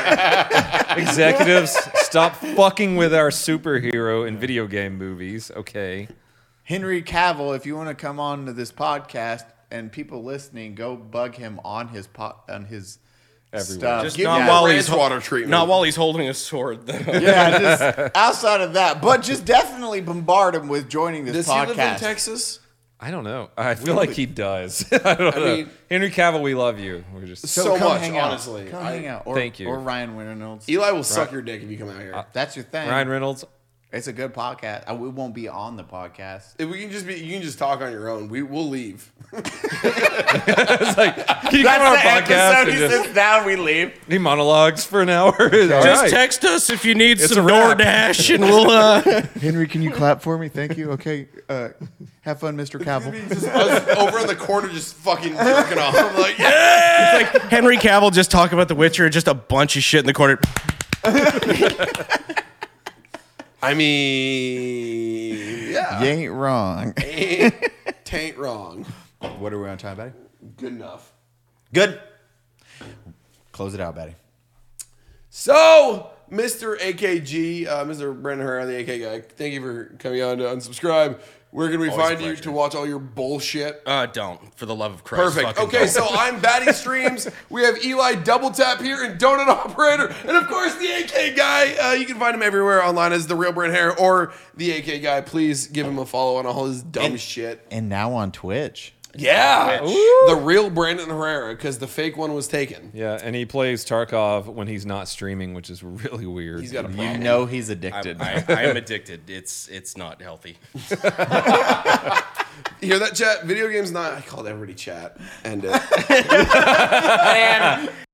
(laughs)
executives stop fucking with our superhero and video game movies. Okay,
Henry Cavill, if you want to come on to this podcast, and people listening, go bug him on his pot on his
Everywhere.
stuff.
Just
Give
not
(laughs)
him-
while
ranch
he's ho-
water treatment.
Not while he's holding a sword, though.
yeah, just outside of that, but just definitely bombard him with joining this
Does he
podcast.
live in Texas?
I don't know. I feel like he does. (laughs) I don't know.
mean-
Henry Cavill, we love you. We're just
So,
come
much,
hang out.
honestly.
Come
I-
hang out. Or,
Thank you.
Or Ryan Reynolds.
Eli will suck your dick if you come out here.
Uh,
That's your thing.
Ryan Reynolds.
It's a good podcast. I, we won't be on the podcast.
if we can just be, you can just talk on your own. We will leave.
It's like can you come on our podcast and just,
down, we leave.
he monologues for an hour. (laughs)
Just
Just
text us if you need
It's
some
a wrap.
DoorDash, and we'll. Uh, (laughs)
Henry, can you clap for me? Thank you. Okay. Uh, have fun, Mr. Cavill.
Just (laughs) us over in the corner, just fucking jerking off. I'm like, yeah.
it's like Henry Cavill just talk about The Witcher, just a bunch of shit in the corner.
I mean, yeah,
You ain't wrong.
taint wrong.
(laughs) What are we on time, Betty?
Good enough.
Good. Close it out, Betty.
So, Mr. AKG, uh, Mr. Brandon Herrera, the AK guy, thank you for coming on to unsubscribe. Where can we find you to watch all your bullshit?
Uh, don't, for the love of Christ.
Perfect.
fucking
Okay,
don't.
so I'm
(laughs)
Batty Streams. We have Eli Double Tap here and Donut Operator. And of course, the AK guy. Uh, you can find him everywhere online as The Real Brand Hair or The AK guy. Please give him a follow on all his dumb shit.
And now on Twitch.
Yeah. The real Brandon Herrera because the fake one was taken.
yeah, and he plays Tarkov when he's not streaming, which is really weird.
He's got a
You
problem.
know he's
I,
addicted.
I, I am addicted. It's it's not healthy.
You
(laughs)
hear that, chat? Video game's not. I called everybody chat. End it.